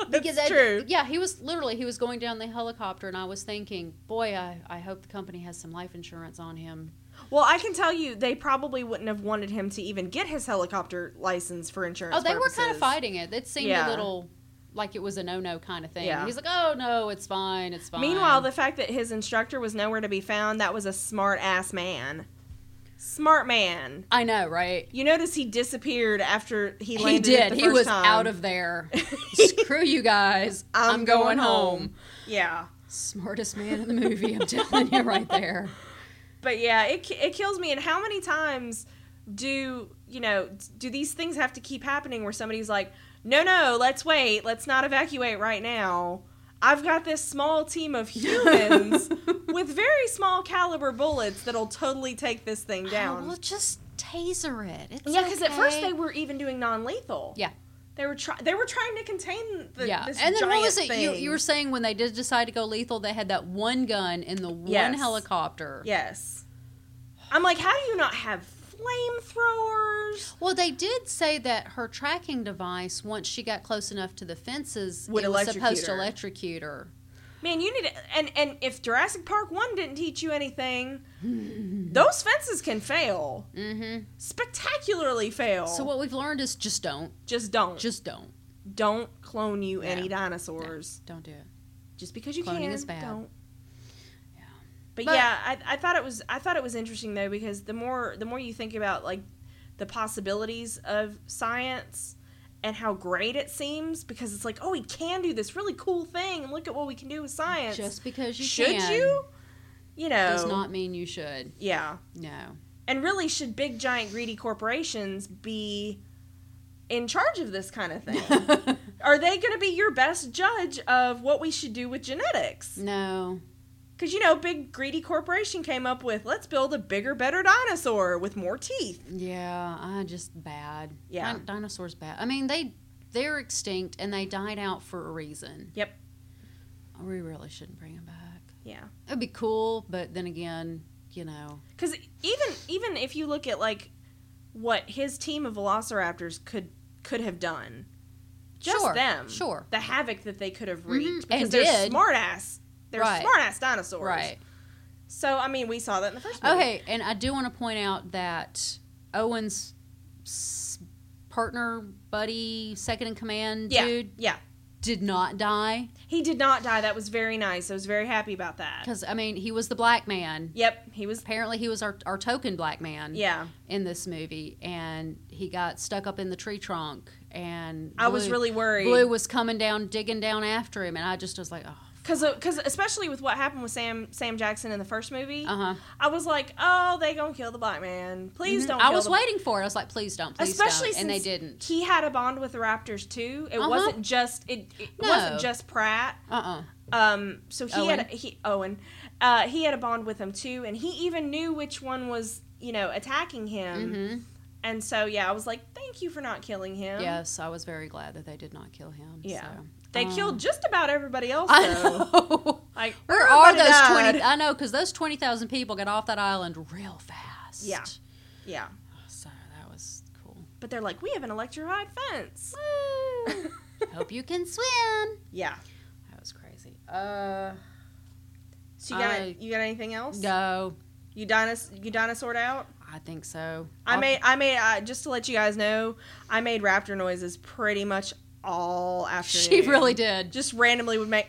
A: that's
B: I-
A: true.
B: yeah, he was literally he was going down the helicopter, and I was thinking, boy, I, I hope the company has some life insurance on him.
A: Well, I can tell you, they probably wouldn't have wanted him to even get his helicopter license for insurance.
B: Oh, they were kind of
A: purposes.
B: fighting it. It seemed
A: Yeah.
B: a little like it was a no no kind of thing.
A: Yeah.
B: He's like, oh no, it's fine, it's fine.
A: Meanwhile, the fact that his instructor was nowhere to be found, that was a smart ass man. Smart man.
B: I know, right?
A: You notice he disappeared after he
B: He
A: landed.
B: did.
A: It the
B: He
A: first
B: was
A: time.
B: out of there. Screw you guys. I'm, going, home.
A: Yeah.
B: Smartest man in the movie. I'm telling you right there.
A: But yeah, it ki- it kills me. And how many times do you know do these things have to keep happening where somebody's like, no, no, let's wait, let's not evacuate right now. I've got this small team of humans with very small caliber bullets that'll totally take this thing down.
B: Oh, well, just taser it. It's
A: yeah, because at first
B: okay.
A: they were even doing non-lethal.
B: Yeah.
A: they were try- they were trying to contain the
B: yeah,
A: this
B: and then what
A: giant
B: was it? You,
A: thing.
B: you were saying when they did decide to go lethal, they had that one gun in the one
A: Yes.
B: helicopter.
A: Yes. I'm like, how do you not have flamethrowers?
B: Well, they did say that her tracking device, once she got close enough to the fences,
A: Would
B: it was supposed
A: electrocute
B: to
A: her.
B: electrocute her.
A: Man, you need to, and and if Jurassic Park 1 didn't teach you anything, those fences can fail.
B: Mm-hmm.
A: Spectacularly fail.
B: So what we've learned is just don't,
A: just don't.
B: just don't,
A: don't clone you
B: No.
A: any dinosaurs.
B: don't do it.
A: Just because you
B: Cloning
A: can.
B: is bad.
A: Don't.
B: Yeah.
A: But,
B: But-
A: yeah, I, I thought it was I thought it was interesting though because the more the more you think about like the possibilities of science and how great it seems because it's like oh we can do this really cool thing and look at what we can do with science.
B: Just because you
A: should
B: can
A: you? You know,
B: does not mean you should.
A: yeah.
B: No.
A: And really, should big giant greedy corporations be in charge of this kind of thing? Are they going to be your best judge of what we should do with
B: Mm.
A: genetics?
B: no.
A: Because you know, big greedy corporation came up with let's build a bigger, better dinosaur with more teeth.
B: Yeah, I just bad.
A: Yeah.
B: Din- dinosaurs bad. I mean, they they're extinct and they died out for a reason.
A: Yep.
B: We really shouldn't bring them back.
A: Yeah.
B: It'd be cool, but then again, you know,
A: Because even even if you look at like what his team of velociraptors could could have done, just
B: Sure,
A: them,
B: sure.
A: the havoc that they could have wreaked
B: Mhm,
A: because
B: and
A: they're
B: did.
A: smart ass. They're
B: Right.
A: smart ass dinosaurs.
B: right.
A: So I mean, we saw that in the first movie.
B: Okay, and I do want to point out that Owen's s- partner, buddy, second in command
A: Yeah.
B: dude
A: Yeah.
B: did not die
A: He did not die. That was very nice. I was very happy about that.
B: because I mean he was the black man.
A: Yep. He was.
B: Apparently, he was our, our token black man
A: Yeah.
B: in this movie, and he got stuck up in the tree trunk. And
A: I was
B: Blue-
A: really worried.
B: Blue was coming down, digging down after him, and I just was like, oh,
A: Cause, uh, cause, especially with what happened with Sam Sam Jackson in the first movie,
B: uh huh.
A: I was like, "Oh, they gonna kill the black man? Please don't."
B: Mm-hmm. I
A: kill
B: was
A: the-
B: waiting for it. I was like, please don't, please
A: Especially
B: don't. And they
A: since
B: didn't.
A: He had a bond with the Raptors too. It
B: Uh-huh.
A: wasn't just it. It
B: No.
A: wasn't just Pratt.
B: Uh uh
A: Um, so he
B: Owen.
A: had he Owen, uh, he had a bond with him too, and he even knew which one was you know attacking him.
B: hmm
A: And so yeah, I was like, "Thank you for not killing him."
B: Yes, I was very glad that they did not kill him.
A: Yeah.
B: so.
A: They
B: Um,
A: killed just about everybody else.
B: I
A: though.
B: know.
A: Like
B: Where are
A: everybody
B: those
A: died.
B: twenty? I know because those twenty thousand people got off that island real fast.
A: Yeah. Yeah,
B: So that was cool.
A: but they're like, "We have an electrified fence."
B: Hope you can swim.
A: yeah.
B: That was crazy. Uh,
A: So you got
B: I-
A: you got anything else?
B: no,
A: You dinos you dinosaured out.
B: I think so.
A: I
B: I'll-
A: made I made uh, just to let you guys know, I made raptor noises pretty much all afternoon.
B: She really did.
A: Just randomly would make.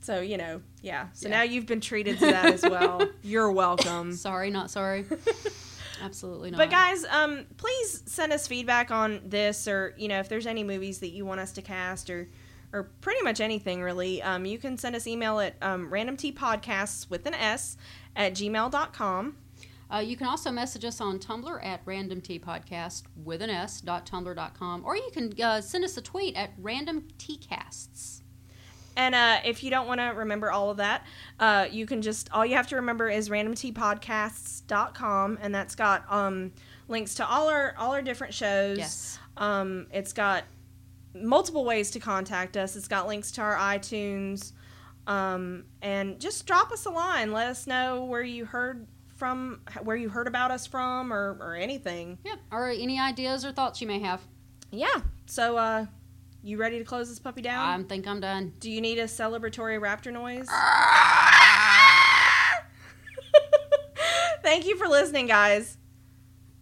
A: So you know, yeah. So
B: Yeah.
A: now you've been treated to that as well. You're welcome.
B: Sorry, not sorry. Absolutely not.
A: But guys, um, please send us feedback on this, or you know, if there's any movies that you want us to cast, or or pretty much anything really. Um, you can send us email at um, randomtpodcasts with an S at gmail.com.
B: Uh, you can also message us on Tumblr at Random Tea Podcast with an S dot Tumblr dot com, or you can uh, send us a tweet at Random Tea Casts.
A: And uh, if you don't want to remember all of that, uh, you can just all you have to remember is randomtpodcasts.com, and that's got um, links to all our all our different shows.
B: Yes.
A: Um, it's got multiple ways to contact us. It's got links to our iTunes, um, and just drop us a line. Let us know where you heard from, where you heard about us from, or or anything.
B: Yep. Or any ideas or thoughts you may have.
A: Yeah. So, uh, you ready to close this puppy down?
B: I think I'm done.
A: Do you need a celebratory raptor noise? Thank you for listening, guys.